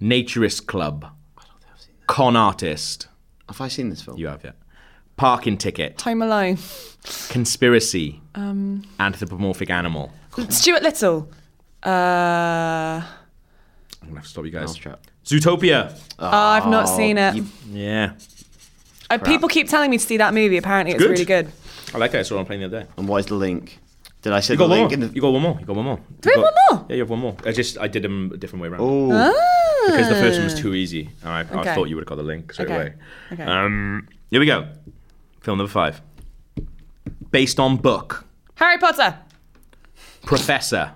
Speaker 1: Naturist club. Con artist.
Speaker 3: Have I seen this film?
Speaker 1: You have it. Parking ticket.
Speaker 2: Home Alone.
Speaker 1: Conspiracy. Anthropomorphic animal.
Speaker 2: Stuart Little. Uh,
Speaker 1: I'm gonna have to stop you guys.
Speaker 3: Mousetrap.
Speaker 1: Zootopia.
Speaker 2: I've not
Speaker 1: Oh,
Speaker 2: seen it.
Speaker 3: Oh, you-
Speaker 1: Yeah.
Speaker 2: Uh, people keep telling me to see that movie. Apparently, it's
Speaker 1: good.
Speaker 2: really good.
Speaker 1: I like that. I saw it on playing the other day.
Speaker 3: And what is the link? Did I say
Speaker 1: You got
Speaker 3: the
Speaker 1: one more.
Speaker 3: link? In the,
Speaker 1: You got one more. You got one more. Do
Speaker 2: we have one more?
Speaker 1: Yeah, you have one more. I just I did them a different way around.
Speaker 3: oh,
Speaker 1: Because the first one was too easy. And I,
Speaker 2: Okay.
Speaker 1: I thought you would have got the link straight
Speaker 2: Okay.
Speaker 1: away.
Speaker 2: Okay.
Speaker 1: Um, here we go. Film number five. Based on book.
Speaker 2: Harry Potter.
Speaker 1: Professor.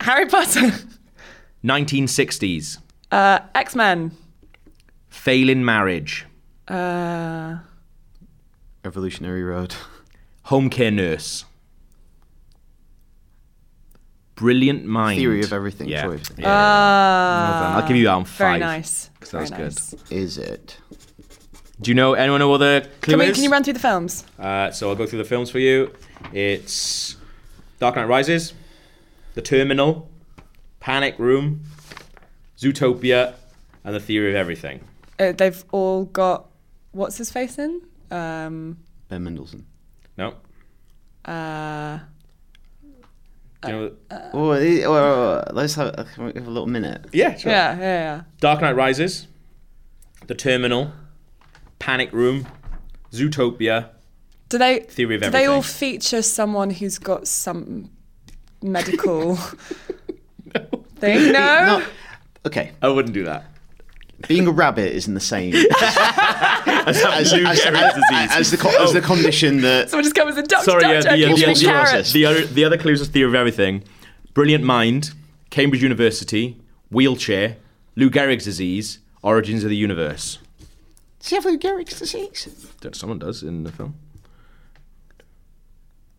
Speaker 2: Harry Potter.
Speaker 1: 1960s.
Speaker 2: Uh, X Men.
Speaker 1: Fail in marriage.
Speaker 2: Uh,
Speaker 3: Revolutionary Road.
Speaker 1: Home care nurse. Brilliant mind.
Speaker 3: Theory of everything.
Speaker 1: Yeah.
Speaker 3: choice.
Speaker 1: yeah. I'll give you that on
Speaker 2: very
Speaker 1: five.
Speaker 2: nice. Very
Speaker 1: sounds good.
Speaker 2: nice.
Speaker 3: Is it?
Speaker 1: Do you know anyone know what the clue
Speaker 2: Can, we,
Speaker 1: is?
Speaker 2: can you run through the films?
Speaker 1: Uh, so I'll go through the films for you. It's Dark Knight Rises, The Terminal, Panic Room, Zootopia, and The Theory of Everything.
Speaker 2: Uh, they've all got what's his face in? Um,
Speaker 3: Ben Mendelsohn.
Speaker 1: No.
Speaker 2: uh,
Speaker 1: Do you know,
Speaker 3: Oh, eh, oh, oh, oh, let's have, can we have a little minute.
Speaker 1: yeah, sure.
Speaker 2: yeah, yeah, yeah.
Speaker 1: Dark Knight Rises, The Terminal, Panic Room, Zootopia.
Speaker 2: Do they?
Speaker 1: Theory of
Speaker 2: do they all
Speaker 1: everything.
Speaker 2: feature someone who's got some medical thing? No.
Speaker 3: No. Okay,
Speaker 1: I wouldn't do that.
Speaker 3: being a rabbit isn't the same as, as, as- as the, co- as the condition that
Speaker 2: Someone just comes and doctor,
Speaker 1: Sorry, yeah,
Speaker 2: doctor,
Speaker 1: the-
Speaker 2: give
Speaker 1: the-
Speaker 2: me
Speaker 1: the-
Speaker 2: carrots.
Speaker 1: The other, the other clues is Theory of Everything, Brilliant Mind, Cambridge University, Wheelchair, Lou Gehrig's Disease, Origins of the Universe.
Speaker 3: Does he have Lou Gehrig's disease?
Speaker 1: That someone does in the film.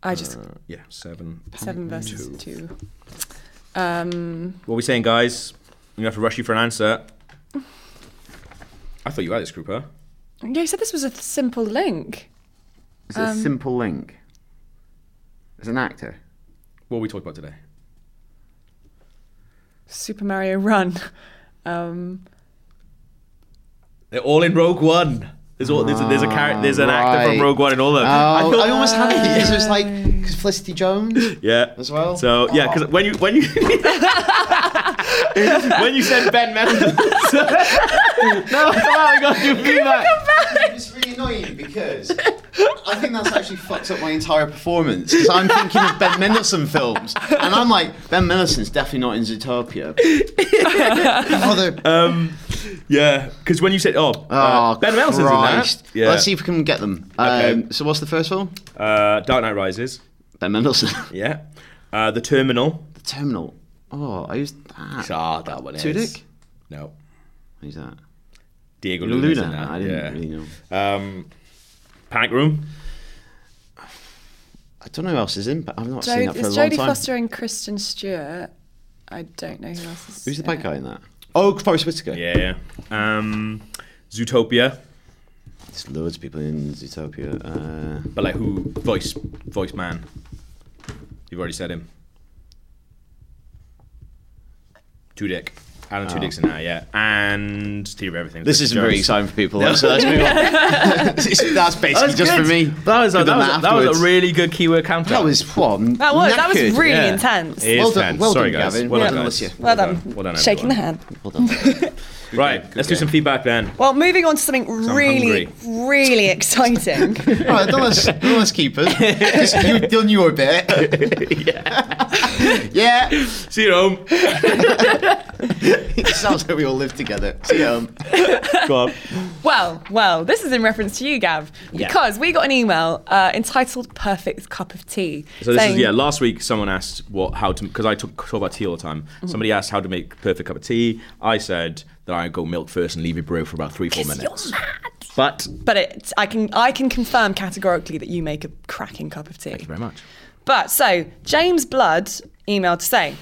Speaker 2: I just
Speaker 1: Yeah, seven.
Speaker 2: seven versus two. Um,
Speaker 1: What are we saying, guys? We have to rush you for an answer. I thought you had this group, huh?
Speaker 2: yeah, you said this was a simple link.
Speaker 3: Is it
Speaker 2: Um,
Speaker 3: a simple link? As an actor?
Speaker 1: What are we talking about today?
Speaker 2: Super Mario Run. Um,
Speaker 1: They're all in Rogue One. There's, all, there's, a, there's a character, there's an actor from
Speaker 3: right.
Speaker 1: Rogue One in all of them.
Speaker 3: Oh, I,
Speaker 1: I thought,
Speaker 3: almost had it
Speaker 2: Uh,
Speaker 3: because it was like cause Felicity Jones.
Speaker 1: yeah.
Speaker 3: as well?
Speaker 1: So yeah, because when you when you when you said Ben Mendelssohn. no, come on, we got to do feedback.
Speaker 3: It's really annoying because I think that's actually fucked up my entire performance because I'm thinking of Ben Mendelsohn films and I'm like, Ben Mendelsohn's definitely not in Zootopia. oh, the-
Speaker 1: Um, yeah, because when you said, oh, uh,
Speaker 3: oh,
Speaker 1: Ben Mendelssohn's in that.
Speaker 3: Christ.
Speaker 1: Yeah.
Speaker 3: Let's see if we can get them.
Speaker 1: Okay.
Speaker 3: Um, so, what's the first film?
Speaker 1: Uh, Dark Knight Rises.
Speaker 3: Ben Mendelsohn.
Speaker 1: Yeah. Uh, the Terminal.
Speaker 3: the Terminal. Oh, I used that.
Speaker 1: Ah, that one is.
Speaker 3: Tudyk?
Speaker 1: No.
Speaker 3: Who's that?
Speaker 1: Diego
Speaker 3: Luna.
Speaker 1: Luna's in that.
Speaker 3: I didn't
Speaker 1: yeah.
Speaker 3: really know.
Speaker 1: Um, Panic Room.
Speaker 3: I don't know who else is in, but I've not seen
Speaker 2: Jo-
Speaker 3: that for a
Speaker 2: it's
Speaker 3: long
Speaker 2: Jodie
Speaker 3: time.
Speaker 2: Foster and Kristen Stewart. I don't know who else is.
Speaker 3: Who's the
Speaker 2: in
Speaker 3: bad
Speaker 2: it.
Speaker 3: guy in that? Oh, Forrest Whitaker.
Speaker 1: Yeah, yeah. Um, Zootopia.
Speaker 3: There's loads of people in Zootopia. Uh,
Speaker 1: But like, who voice voice man? You've already said him. Tudyk. Alan Tudyk's in there, yeah. And Theory of Everything.
Speaker 3: Oh. this
Speaker 1: is
Speaker 3: isn't very exciting for people. So let's move on. that's basically
Speaker 1: That was
Speaker 3: just
Speaker 1: good.
Speaker 3: for me.
Speaker 1: That was, a,
Speaker 3: Good
Speaker 1: that, was
Speaker 3: that
Speaker 1: a, that was a
Speaker 3: afterwards.
Speaker 1: really good keyword counter.
Speaker 3: That was what?
Speaker 2: That was that was
Speaker 3: knackered.
Speaker 2: really
Speaker 1: yeah.
Speaker 2: intense.
Speaker 1: It is
Speaker 3: Well done-
Speaker 1: tense.
Speaker 3: well
Speaker 1: Sorry,
Speaker 3: done,
Speaker 1: guys.
Speaker 3: Gavin.
Speaker 1: Well,
Speaker 3: Well
Speaker 1: done,
Speaker 3: done,
Speaker 1: guys.
Speaker 3: Alicia.
Speaker 2: Well done.
Speaker 1: Well done,
Speaker 2: Shaking the
Speaker 1: everyone.
Speaker 2: hand.
Speaker 3: Well done.
Speaker 1: Right,
Speaker 3: Good
Speaker 1: let's do
Speaker 3: game.
Speaker 1: some feedback then.
Speaker 2: Well, moving on to something really, really exciting.
Speaker 3: All right, don't let's, don't let's keep it. 'Cause You've done your bit. yeah. yeah.
Speaker 1: See you at home.
Speaker 3: It sounds like we all live together. See you, um,
Speaker 1: Go on.
Speaker 2: Well, well, this is in reference to you, Gav, because we got an email uh, entitled "Perfect Cup of Tea."
Speaker 1: So this
Speaker 2: saying-
Speaker 1: is yeah. Last week, someone asked what how to because I took, talk about tea all the time. Somebody asked how to make perfect cup of tea. I said that I go milk first and leave it brew for about three four minutes. But thank
Speaker 2: But it, I can I can confirm categorically that you make a cracking cup of tea.
Speaker 1: you very much.
Speaker 2: But so James Blood emailed to say,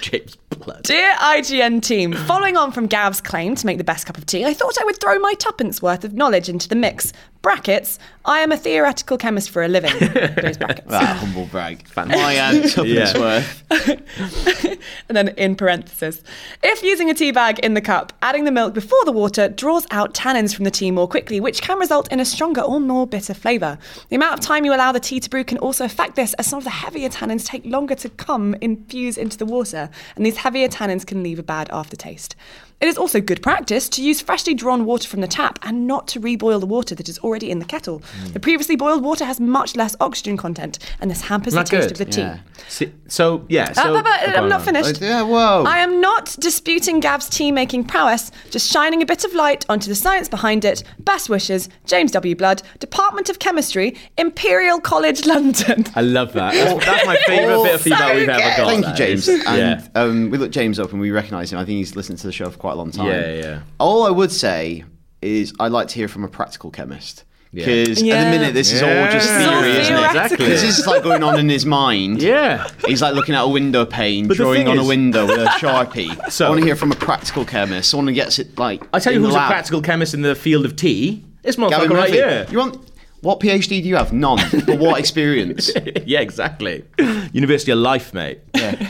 Speaker 1: James Blood.
Speaker 2: Dear IGN team, following on from Gav's claim to make the best cup of tea, I thought I would throw my tuppence worth of knowledge into the mix. Brackets, I am a theoretical chemist for a living. Close brackets.
Speaker 3: that humble brag. My uh, tuppence
Speaker 1: Yeah.
Speaker 3: worth.
Speaker 2: and then in parenthesis. If using a tea bag in the cup, adding the milk before the water draws out tannins from the tea more quickly, which can result in a stronger or more bitter flavour. The amount of time you allow the tea to brew can also affect this, as some of the heavier tannins take longer to come infuse into the water, and these heavier tannins can leave a bad aftertaste. It is also good practice to use freshly drawn water from the tap and not to reboil the water that is already in the kettle. The previously boiled water has much less oxygen content, and this hampers
Speaker 1: Not
Speaker 2: the taste
Speaker 1: good.
Speaker 2: of the tea.
Speaker 3: Yeah.
Speaker 1: So, so yeah.
Speaker 2: Uh,
Speaker 1: So,
Speaker 2: but- but
Speaker 1: Go
Speaker 2: I'm
Speaker 1: on,
Speaker 2: not
Speaker 1: on.
Speaker 2: finished.
Speaker 3: Oh, Yeah, whoa.
Speaker 2: I am not disputing Gav's tea making prowess, just shining a bit of light onto the science behind it. Best wishes, James W. Blood, Department of Chemistry, Imperial College London.
Speaker 1: I love that. That's, that's my favourite bit of feedback
Speaker 2: Oh, so
Speaker 1: we've ever
Speaker 2: good.
Speaker 1: got.
Speaker 3: Thank you,
Speaker 1: that is.
Speaker 3: James. And
Speaker 1: yeah.
Speaker 3: um, we looked James up and we recognise him. I think he's listened to the show for quite a long time.
Speaker 1: Yeah, yeah.
Speaker 3: All I would say is I'd like to hear from a practical chemist. Because at
Speaker 2: Yeah.
Speaker 3: the minute, this is all just
Speaker 1: Yeah. It's all
Speaker 3: theory, isn't it?
Speaker 2: theoretical.
Speaker 3: This is like going on in his mind.
Speaker 1: Yeah.
Speaker 3: He's like looking at a window pane,
Speaker 1: the
Speaker 3: drawing
Speaker 1: thing
Speaker 3: on
Speaker 1: is-
Speaker 3: a window with a sharpie.
Speaker 1: So-
Speaker 3: I want to hear from a practical chemist. Someone who gets it like.
Speaker 1: I tell you
Speaker 3: in the
Speaker 1: who's a
Speaker 3: lab.
Speaker 1: practical chemist in the field of tea. It's
Speaker 3: Gavin
Speaker 1: motherfucker right
Speaker 3: Murphy.
Speaker 1: here.
Speaker 3: You want what PhD do you have? None. but what experience?
Speaker 1: yeah, exactly. University of Life, mate.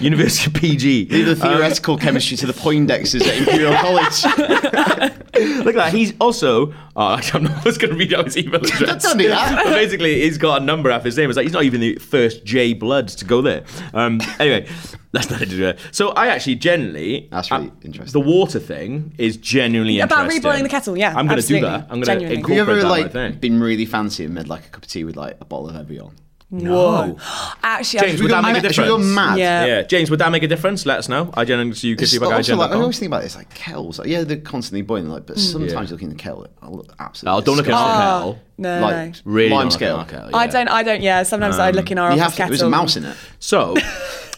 Speaker 1: University of Uh, PG.
Speaker 3: The theoretical chemistry to the Poindexes at Imperial College.
Speaker 1: Look at that. He's also. Oh, I don't know. I was going to read out his email address.
Speaker 3: Don't do that.
Speaker 1: But basically, he's got a number after his name. It's like he's not even the first J Blood to go there. Um, anyway, that's nothing to do with it. So I actually generally.
Speaker 3: That's really
Speaker 1: uh,
Speaker 3: interesting.
Speaker 1: The water thing is genuinely
Speaker 2: About
Speaker 1: interesting.
Speaker 2: reboiling the kettle, yeah,
Speaker 1: I'm going to do
Speaker 2: absolutely.
Speaker 1: that. I'm going to
Speaker 2: Genuinely.
Speaker 1: incorporate
Speaker 3: Have you ever
Speaker 1: that in my
Speaker 3: like
Speaker 1: thing.
Speaker 3: been really fancy and made like a cup of tea with like a bottle of Evian?
Speaker 1: No.
Speaker 2: Actually,
Speaker 1: James,
Speaker 2: I-
Speaker 1: would that make a
Speaker 3: Should we go
Speaker 1: difference?
Speaker 3: mad?
Speaker 2: Yeah.
Speaker 1: Yeah, James, would that make a difference? Let us know. I generally see you can
Speaker 3: Uh, It's
Speaker 1: see about
Speaker 3: also, like, I
Speaker 1: IGN.com.
Speaker 3: always think about this, like kettles. Like, yeah, they're constantly boiling, like,
Speaker 2: Hmm.
Speaker 3: but sometimes looking at the kettle, I'll look absolutely.
Speaker 1: Oh, don't look at our kettle.
Speaker 2: Ah, Oh, no, no.
Speaker 3: Like,
Speaker 1: Really,
Speaker 3: lime
Speaker 1: not
Speaker 3: scale.
Speaker 1: looking at our kettle,
Speaker 2: I
Speaker 1: yeah.
Speaker 2: don't. I don't. Yeah. Sometimes I look in our
Speaker 3: You have
Speaker 2: office
Speaker 3: to, there's
Speaker 2: kettle.
Speaker 3: a mouse in it.
Speaker 1: So,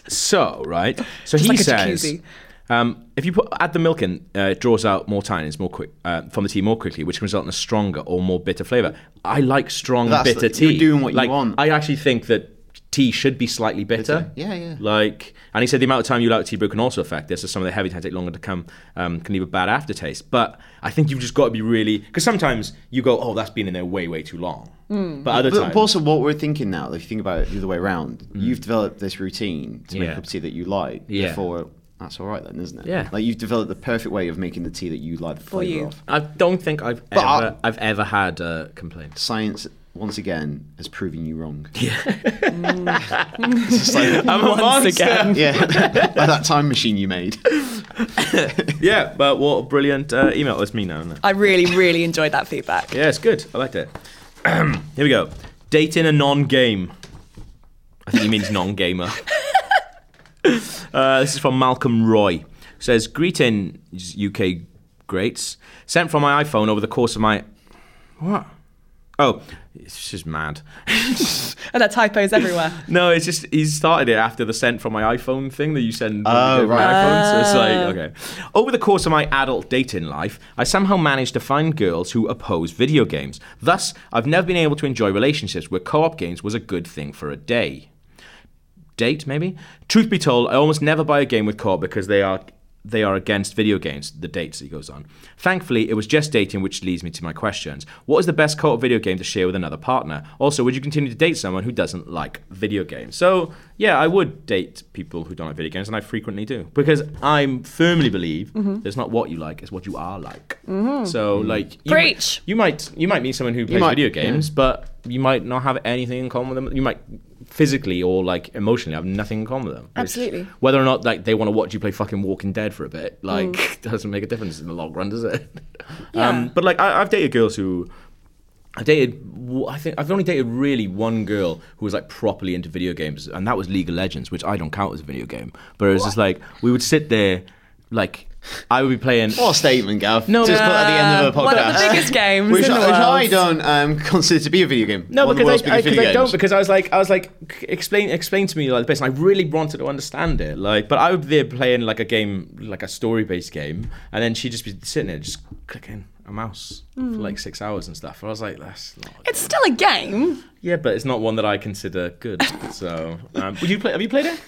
Speaker 1: so right. So he
Speaker 2: like a
Speaker 1: says,
Speaker 2: jacuzzi.
Speaker 1: um, if you put add the milk in, uh, it draws out more tannins more quick uh, from the tea more quickly, which can result in a stronger or more bitter flavor. I like strong
Speaker 3: That's
Speaker 1: bitter
Speaker 3: the-
Speaker 1: tea.
Speaker 3: you're doing what you
Speaker 1: Like,
Speaker 3: want.
Speaker 1: I actually think that tea should be slightly bitter.
Speaker 3: Yeah, yeah.
Speaker 1: Like, and he said the amount of time you allow tea brew can also affect this. As some of the heavy tannins take longer to come, um, can leave a bad aftertaste. But I think you've just got to be really because sometimes you go, oh, that's been in there way, way too long.
Speaker 2: Hmm.
Speaker 1: But other
Speaker 3: But
Speaker 1: times,
Speaker 3: also, what we're thinking now, if you think about it the other way around, you've developed this routine to
Speaker 1: Hmm.
Speaker 3: make
Speaker 1: Yeah.
Speaker 3: a cup of tea that you like.
Speaker 1: Yeah.
Speaker 3: Therefore, that's all right then, isn't it?
Speaker 1: Yeah.
Speaker 3: Like you've developed the perfect way of making the tea that you like the flavor
Speaker 2: you.
Speaker 3: of.
Speaker 1: I don't think I've
Speaker 3: I-
Speaker 1: ever I've ever had a complaint.
Speaker 3: Science once again has proven you wrong. Yeah.
Speaker 1: Mm.
Speaker 3: it's just like,
Speaker 2: Once again.
Speaker 3: yeah, like that time machine you made.
Speaker 1: Yeah, but what a brilliant uh, email. It's me now, isn't it?
Speaker 2: I really, really enjoyed that feedback.
Speaker 1: Yeah, it's good. I liked it. Here we go. Dating a non-game. I think he means non-gamer. Uh, this is from Malcolm Roy. Says greetings, UK greats. Sent from my iPhone over the course of my what? Oh, it's just mad.
Speaker 2: And Oh, there are typos everywhere.
Speaker 1: No, it's just he started it after the sent from my iPhone thing that you send
Speaker 3: Oh,
Speaker 1: from my
Speaker 3: right.
Speaker 1: iPhone. So it's like okay. Over the course of my adult dating life, I somehow managed to find girls who oppose video games. Thus, I've never been able to enjoy relationships where co-op games was a good thing for a day. Date maybe. Truth be told, I almost never buy a game with co-op because they are they are against video games. The dates he goes on. Thankfully, it was just dating, which leads me to my questions. What is the best co-op video game to share with another partner? Also, would you continue to date someone who doesn't like video games? So yeah, I would date people who don't like video games, and I frequently do because I firmly believe it's not what you like, it's what you are like. So like, you,
Speaker 2: Preach.
Speaker 1: You might you might meet someone who plays
Speaker 3: might-
Speaker 1: video games, but you might not have anything in common with them. You might physically or like emotionally have nothing in common with them. It's-
Speaker 2: Absolutely. Mm.
Speaker 1: whether or not like they want to watch you play fucking Walking Dead for a bit, like doesn't make a difference in the long run, does it?
Speaker 2: Yeah.
Speaker 1: Um, but like I, I've dated girls who. I dated, w- I think I've only dated really one girl who was like properly into video games, and that was League of Legends, which I don't count as a video game. But it was just like we would sit there, like I would be playing.
Speaker 2: Oh,
Speaker 3: What a statement, Gav.
Speaker 1: No,
Speaker 3: just put at the end of a podcast.
Speaker 2: Uh, One of the biggest games
Speaker 3: Which,
Speaker 2: in the
Speaker 3: which I
Speaker 2: world.
Speaker 3: don't um, consider to be a video game.
Speaker 1: No,
Speaker 3: One of the
Speaker 1: because
Speaker 3: world's
Speaker 1: I, I,
Speaker 3: biggest
Speaker 1: because
Speaker 3: video
Speaker 1: I don't.
Speaker 3: games.
Speaker 1: Because I was like, I was like, c- explain, explain to me like the best. And I really wanted to understand it. Like, but I would be there playing like a game, like a story-based game, and then she'd just be sitting there, just clicking a mouse for like six hours and stuff. And I was like, that's not.
Speaker 2: It's still a game.
Speaker 1: Yeah, but it's not one that I consider good. So, um, would you play? Have you played it?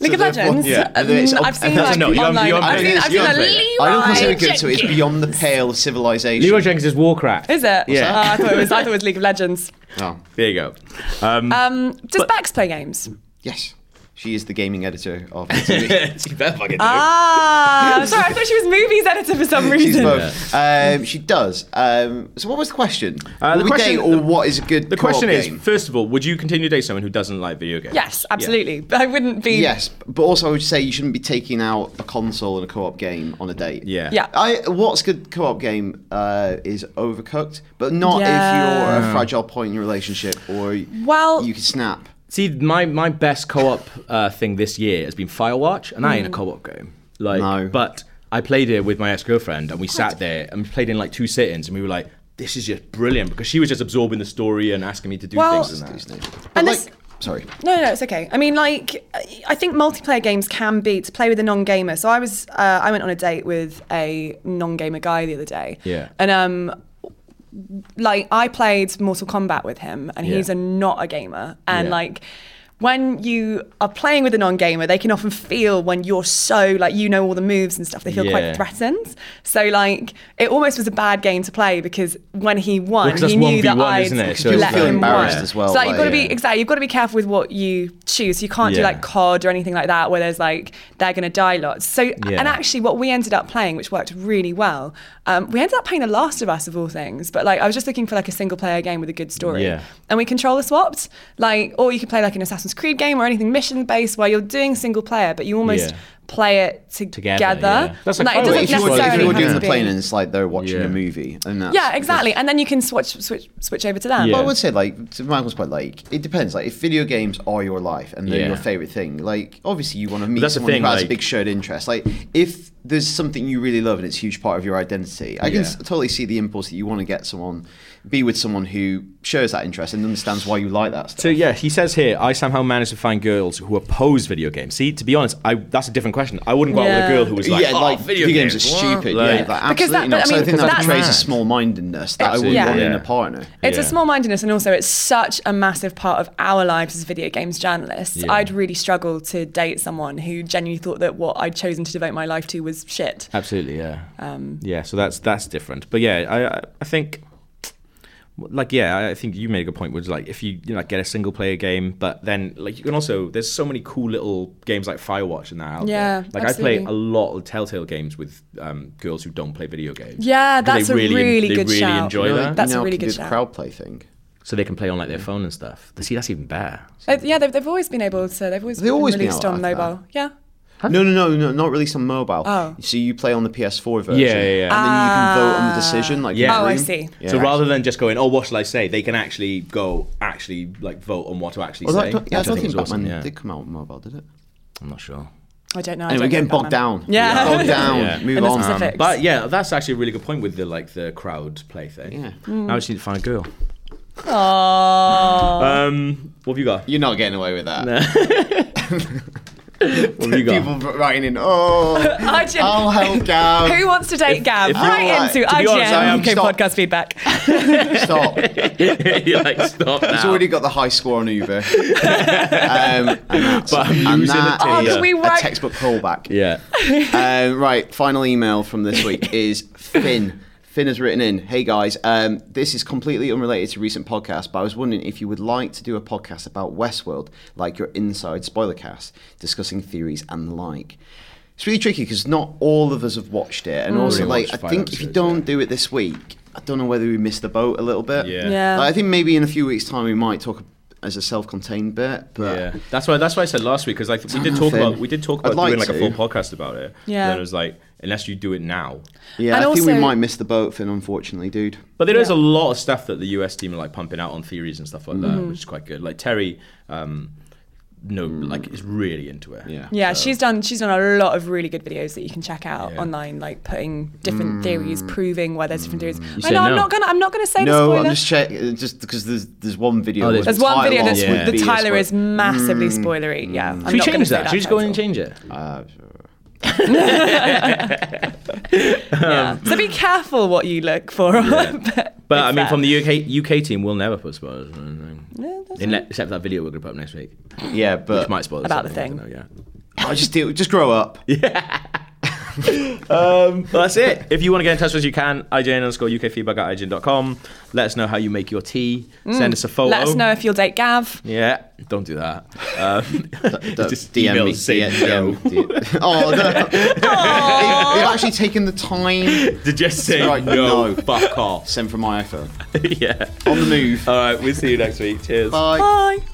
Speaker 2: League of
Speaker 3: there's one-
Speaker 2: Legends.
Speaker 3: yeah.
Speaker 2: Um,
Speaker 3: It's up-
Speaker 2: I've seen
Speaker 3: No,
Speaker 1: you
Speaker 2: like
Speaker 1: haven't- you haven't
Speaker 2: online. I've
Speaker 1: played
Speaker 2: seen,
Speaker 3: it.
Speaker 2: I've
Speaker 3: You
Speaker 2: seen a
Speaker 3: haven't played it. I don't consider it good, so it's
Speaker 2: Leroy
Speaker 3: beyond the pale of civilization.
Speaker 1: Leroy Jenkins is Warcraft.
Speaker 2: Is it?
Speaker 3: Yeah.
Speaker 2: Oh, I thought it was. I thought it was League of Legends.
Speaker 3: Oh,
Speaker 1: There you go.
Speaker 2: Um, does Bex play games?
Speaker 3: yes. She is the gaming editor of TV.
Speaker 1: you better fucking do.
Speaker 2: Uh, Ah, sorry, I thought she was movies editor for some
Speaker 3: She's
Speaker 2: reason.
Speaker 3: both. Um, she does. Um, so what was the question?
Speaker 1: Uh, the
Speaker 3: Will we
Speaker 1: question-
Speaker 3: date or what is a good
Speaker 1: The question
Speaker 3: co-op
Speaker 1: is:
Speaker 3: game?
Speaker 1: First of all, would you continue to date someone who doesn't like video games?
Speaker 2: Yes, absolutely. But I wouldn't be.
Speaker 3: Yes, but also I would say you shouldn't be taking out a console and a co-op game on a date.
Speaker 1: Yeah.
Speaker 2: Yeah.
Speaker 3: I what's good co-op game uh, is overcooked, but not if
Speaker 2: Yeah.
Speaker 3: you're a fragile point in your relationship or
Speaker 2: Well-
Speaker 3: you could snap.
Speaker 1: See, my, my best co-op uh, thing this year has been Firewatch, and that ain't a co-op game. Like,
Speaker 3: Mm. No.
Speaker 1: but I played it with my ex-girlfriend, and we sat there and we played in like two sit-ins, and we were like, "This is just brilliant," because she was just absorbing the story and asking me to do
Speaker 2: Well-
Speaker 1: things. And that.
Speaker 3: But
Speaker 2: And
Speaker 3: like,
Speaker 2: this-
Speaker 3: sorry,
Speaker 2: No, no, it's okay. I mean, like, I think multiplayer games can be to play with a non-gamer. So I was, uh, I went on a date with a non-gamer guy the other day.
Speaker 1: Yeah.
Speaker 2: And um, like I played Mortal Kombat with him, and
Speaker 1: Yeah.
Speaker 2: he's a not a gamer, and
Speaker 1: Yeah.
Speaker 2: like. When you are playing with a non-gamer, they can often feel when you're so like you know all the moves and stuff. They feel
Speaker 1: Yeah.
Speaker 2: quite threatened. So like it almost was a bad game to play because when he won,
Speaker 1: 'cause that's
Speaker 2: he knew that
Speaker 1: 1v1,
Speaker 2: I'd
Speaker 1: isn't it? So
Speaker 3: it's
Speaker 2: let
Speaker 3: like-
Speaker 2: him
Speaker 3: embarrassed
Speaker 2: win.
Speaker 3: as well,
Speaker 2: So like, you've
Speaker 3: like,
Speaker 2: got to
Speaker 3: yeah.
Speaker 2: be exactly. You've got to be careful with what you choose. You can't do
Speaker 1: Yeah.
Speaker 2: like COD or anything like that, where there's like they're going to die lots. So
Speaker 1: Yeah.
Speaker 2: and actually, what we ended up playing, which worked really well, um, we ended up playing The Last of Us of all things. But like, I was just looking for like a single player game with a good story,
Speaker 1: Yeah.
Speaker 2: and we controller swapped. Like, or you could play like an Assassin's Creed game or anything mission based, where you're doing single player, but you almost
Speaker 1: Yeah.
Speaker 2: play it to- together.
Speaker 1: yeah. That's like
Speaker 2: like, it
Speaker 1: Firewatch.
Speaker 2: doesn't
Speaker 3: if you were, if
Speaker 2: necessarily
Speaker 3: you were doing
Speaker 2: have to
Speaker 3: the
Speaker 2: be.
Speaker 3: plane and it's like they're watching
Speaker 1: Yeah.
Speaker 3: a movie, and that's
Speaker 2: yeah, exactly. And then you can switch switch switch over to that.
Speaker 1: Yeah.
Speaker 3: Well, I would say, like, to Michael's point, like, it depends. Like, if video games are your life and they're
Speaker 1: Yeah.
Speaker 3: your favorite thing, like, obviously you want to meet
Speaker 1: that's the
Speaker 3: someone
Speaker 1: thing,
Speaker 3: who has
Speaker 1: like-
Speaker 3: a big shared interest. Like, if there's something you really love and it's a huge part of your identity, I can
Speaker 1: Yeah.
Speaker 3: s- totally see the impulse that you want to get someone, be with someone who shares that interest and understands why you like that stuff.
Speaker 1: So yeah, he says here, I somehow managed to find girls who oppose video games. See, to be honest, I that's a different question. I wouldn't go out with a
Speaker 2: Yeah.
Speaker 1: girl who was like,
Speaker 3: yeah,
Speaker 1: "Oh,
Speaker 3: like
Speaker 1: video, games,
Speaker 3: are stupid.
Speaker 1: Like-
Speaker 3: yeah, like,
Speaker 2: Because
Speaker 3: absolutely
Speaker 2: that- but
Speaker 3: not.
Speaker 2: I
Speaker 3: so I
Speaker 2: mean,
Speaker 3: think that
Speaker 2: that's-
Speaker 3: betrays a small-mindedness that I would
Speaker 2: Yeah.
Speaker 3: want in
Speaker 1: Yeah.
Speaker 3: a partner.
Speaker 2: It's a
Speaker 1: Yeah.
Speaker 2: small mindedness, and also it's such a massive part of our lives as video games journalists.
Speaker 1: Yeah.
Speaker 2: I'd really struggle to date someone who genuinely thought that what I'd chosen to devote my life to was shit.
Speaker 1: Absolutely, yeah.
Speaker 2: Um,
Speaker 1: yeah, so that's that's different. But yeah, I- I I think like yeah, I- I think you made a good point. Which like if you you know like, get a single player game, but then like you can also there's so many cool little games like Firewatch and that. Out
Speaker 2: Yeah,
Speaker 1: there. like I play a
Speaker 2: absolutely.
Speaker 1: lot of Telltale games with um, girls who don't play video games.
Speaker 2: Yeah,
Speaker 1: Because
Speaker 2: that's a really
Speaker 1: they
Speaker 2: good
Speaker 1: really
Speaker 2: shout.
Speaker 1: enjoy
Speaker 2: Really?
Speaker 1: that.
Speaker 2: That's a
Speaker 3: now
Speaker 2: really
Speaker 3: can
Speaker 2: good
Speaker 3: do the
Speaker 2: shout.
Speaker 3: crowd play thing.
Speaker 1: so they can play on like their phone and stuff. See, that's even better.
Speaker 2: Uh, yeah, they've, they've always been able to. They've always,
Speaker 3: They've always been
Speaker 2: been released
Speaker 3: able
Speaker 2: on
Speaker 3: like that.
Speaker 2: mobile. Yeah.
Speaker 3: No, no, no, no, not released on mobile.
Speaker 2: Oh.
Speaker 3: So you play on the PS4 version.
Speaker 1: Yeah, yeah, yeah.
Speaker 3: And then you can vote on the decision. Like,
Speaker 1: Yeah.
Speaker 2: Oh, I
Speaker 3: room.
Speaker 2: see.
Speaker 3: Yeah.
Speaker 1: so rather than just going, oh, what shall I say? They can actually go, actually like vote on what to actually
Speaker 3: Although I
Speaker 1: say.
Speaker 3: don't, yeah, I
Speaker 1: which
Speaker 3: don't
Speaker 1: think
Speaker 3: think
Speaker 1: is awesome,
Speaker 3: Batman
Speaker 1: yeah.
Speaker 3: did come out on mobile, did it?
Speaker 1: I'm not sure.
Speaker 2: I don't know. I
Speaker 3: Anyway,
Speaker 2: don't
Speaker 3: getting
Speaker 2: know
Speaker 3: bogged
Speaker 2: Batman.
Speaker 3: down.
Speaker 2: Yeah.
Speaker 3: Bogged down.
Speaker 1: Yeah.
Speaker 3: Move
Speaker 2: In the
Speaker 3: on.
Speaker 2: specifics.
Speaker 1: But yeah, that's actually a really good point with the like the crowd play thing.
Speaker 3: Yeah.
Speaker 2: Mm.
Speaker 1: I just need to find a girl.
Speaker 2: Aww.
Speaker 1: Um, what have you got?
Speaker 3: You're not getting away with that.
Speaker 1: What have you got?
Speaker 3: People writing in, oh,
Speaker 2: IGN.
Speaker 3: I'll help out.
Speaker 2: Who wants to date Gab?
Speaker 1: if
Speaker 2: right
Speaker 3: you're like-
Speaker 2: into
Speaker 1: to be honest, I
Speaker 2: IGN
Speaker 1: am-
Speaker 2: UK
Speaker 3: Stop.
Speaker 2: podcast feedback.
Speaker 3: Stop. He's
Speaker 1: You're like, stop now.
Speaker 3: already got the high score on Uber. um, and that's,
Speaker 1: But I'm
Speaker 3: and
Speaker 1: losing
Speaker 3: that
Speaker 1: the
Speaker 2: Oh,
Speaker 3: is
Speaker 2: can we
Speaker 3: a
Speaker 2: write-
Speaker 3: textbook callback.
Speaker 1: yeah.
Speaker 3: um, right, final email from this week is Finn. Finn has written in, "Hey guys, um, this is completely unrelated to recent podcasts, but I was wondering if you would like to do a podcast about Westworld, like your Inside Spoilercast, discussing theories and the like." It's really tricky because not all of us have watched it, and also
Speaker 1: Really
Speaker 3: like
Speaker 1: Mm. watched
Speaker 3: I
Speaker 1: five
Speaker 3: think if you
Speaker 1: episodes,
Speaker 3: don't do it this week, I don't know whether we missed the boat a little bit.
Speaker 1: Yeah.
Speaker 2: Yeah.
Speaker 3: Like, I think maybe in a few weeks' time we might talk as a self-contained bit, but
Speaker 1: Yeah, that's why. That's why I said last week because like we did
Speaker 3: know,
Speaker 1: talk
Speaker 3: Finn.
Speaker 1: about we did talk
Speaker 3: I'd
Speaker 1: about
Speaker 3: like
Speaker 1: doing like a full
Speaker 3: to.
Speaker 1: podcast about it.
Speaker 2: Yeah.
Speaker 1: And then it was like unless you do it now,
Speaker 3: yeah,
Speaker 2: And
Speaker 3: I think we
Speaker 2: also-
Speaker 3: might miss the boat, Finn. Unfortunately, dude.
Speaker 1: but there is
Speaker 2: Yeah.
Speaker 1: a lot of stuff that the US team are like pumping out on theories and stuff like
Speaker 2: Mm-hmm.
Speaker 1: that, which is quite good. Like Terry, um, no, like is really into it.
Speaker 3: Yeah.
Speaker 2: Yeah, she's done. She's done a lot of really good videos that you can check out online, like putting different theories, proving why there's different theories. I
Speaker 1: said
Speaker 2: know. I'm
Speaker 1: Mm. no.
Speaker 2: not gonna. I'm not gonna say the
Speaker 3: No,
Speaker 2: spoiler.
Speaker 3: I'm just checking, just because there's there's one video.
Speaker 1: Oh,
Speaker 3: where
Speaker 1: there's-
Speaker 2: there's
Speaker 3: the
Speaker 2: one video
Speaker 3: title
Speaker 2: that's
Speaker 1: Yeah.
Speaker 2: the
Speaker 3: would be a
Speaker 2: Tyler is
Speaker 3: spoil-
Speaker 2: massively spoilery. Yeah, I'm
Speaker 1: Mm. Should we
Speaker 2: not gonna
Speaker 1: change
Speaker 2: say
Speaker 1: that? Should we just go in and
Speaker 2: title.
Speaker 1: change it?
Speaker 3: Uh,
Speaker 2: Yeah. So be careful what you look for. but
Speaker 1: Um, But
Speaker 2: it's
Speaker 1: I mean,
Speaker 2: there.
Speaker 1: from the UK UK team, we'll never put spoilers. on anything.
Speaker 2: Yeah, that's
Speaker 1: Inle- Except that video we're gonna put up next week,
Speaker 3: yeah,
Speaker 1: which
Speaker 3: but
Speaker 1: might spoil
Speaker 2: About the
Speaker 1: something,
Speaker 2: thing.
Speaker 1: I don't know, yeah.
Speaker 3: I just deal, just grow up.
Speaker 1: Well, that's it. If you want to get in touch with us, you can. IGN underscore UK feedback at IGN.com. Let us know how you make your tea. Send us a photo.
Speaker 2: Mm. Let us know if you'll date Gav.
Speaker 1: Yeah, don't do that. Um,
Speaker 3: Don't
Speaker 1: just
Speaker 3: DM
Speaker 1: email
Speaker 3: me,
Speaker 1: saying no.
Speaker 3: DM, DM. Oh, no. They- they've actually taken the time.
Speaker 1: to just say
Speaker 3: Right,
Speaker 1: no,
Speaker 3: no.
Speaker 1: fuck off.
Speaker 3: Send from my iPhone
Speaker 1: yeah.
Speaker 3: on the move.
Speaker 1: Uh, All right, we'll see you next week. Cheers.
Speaker 3: Bye.
Speaker 2: Bye.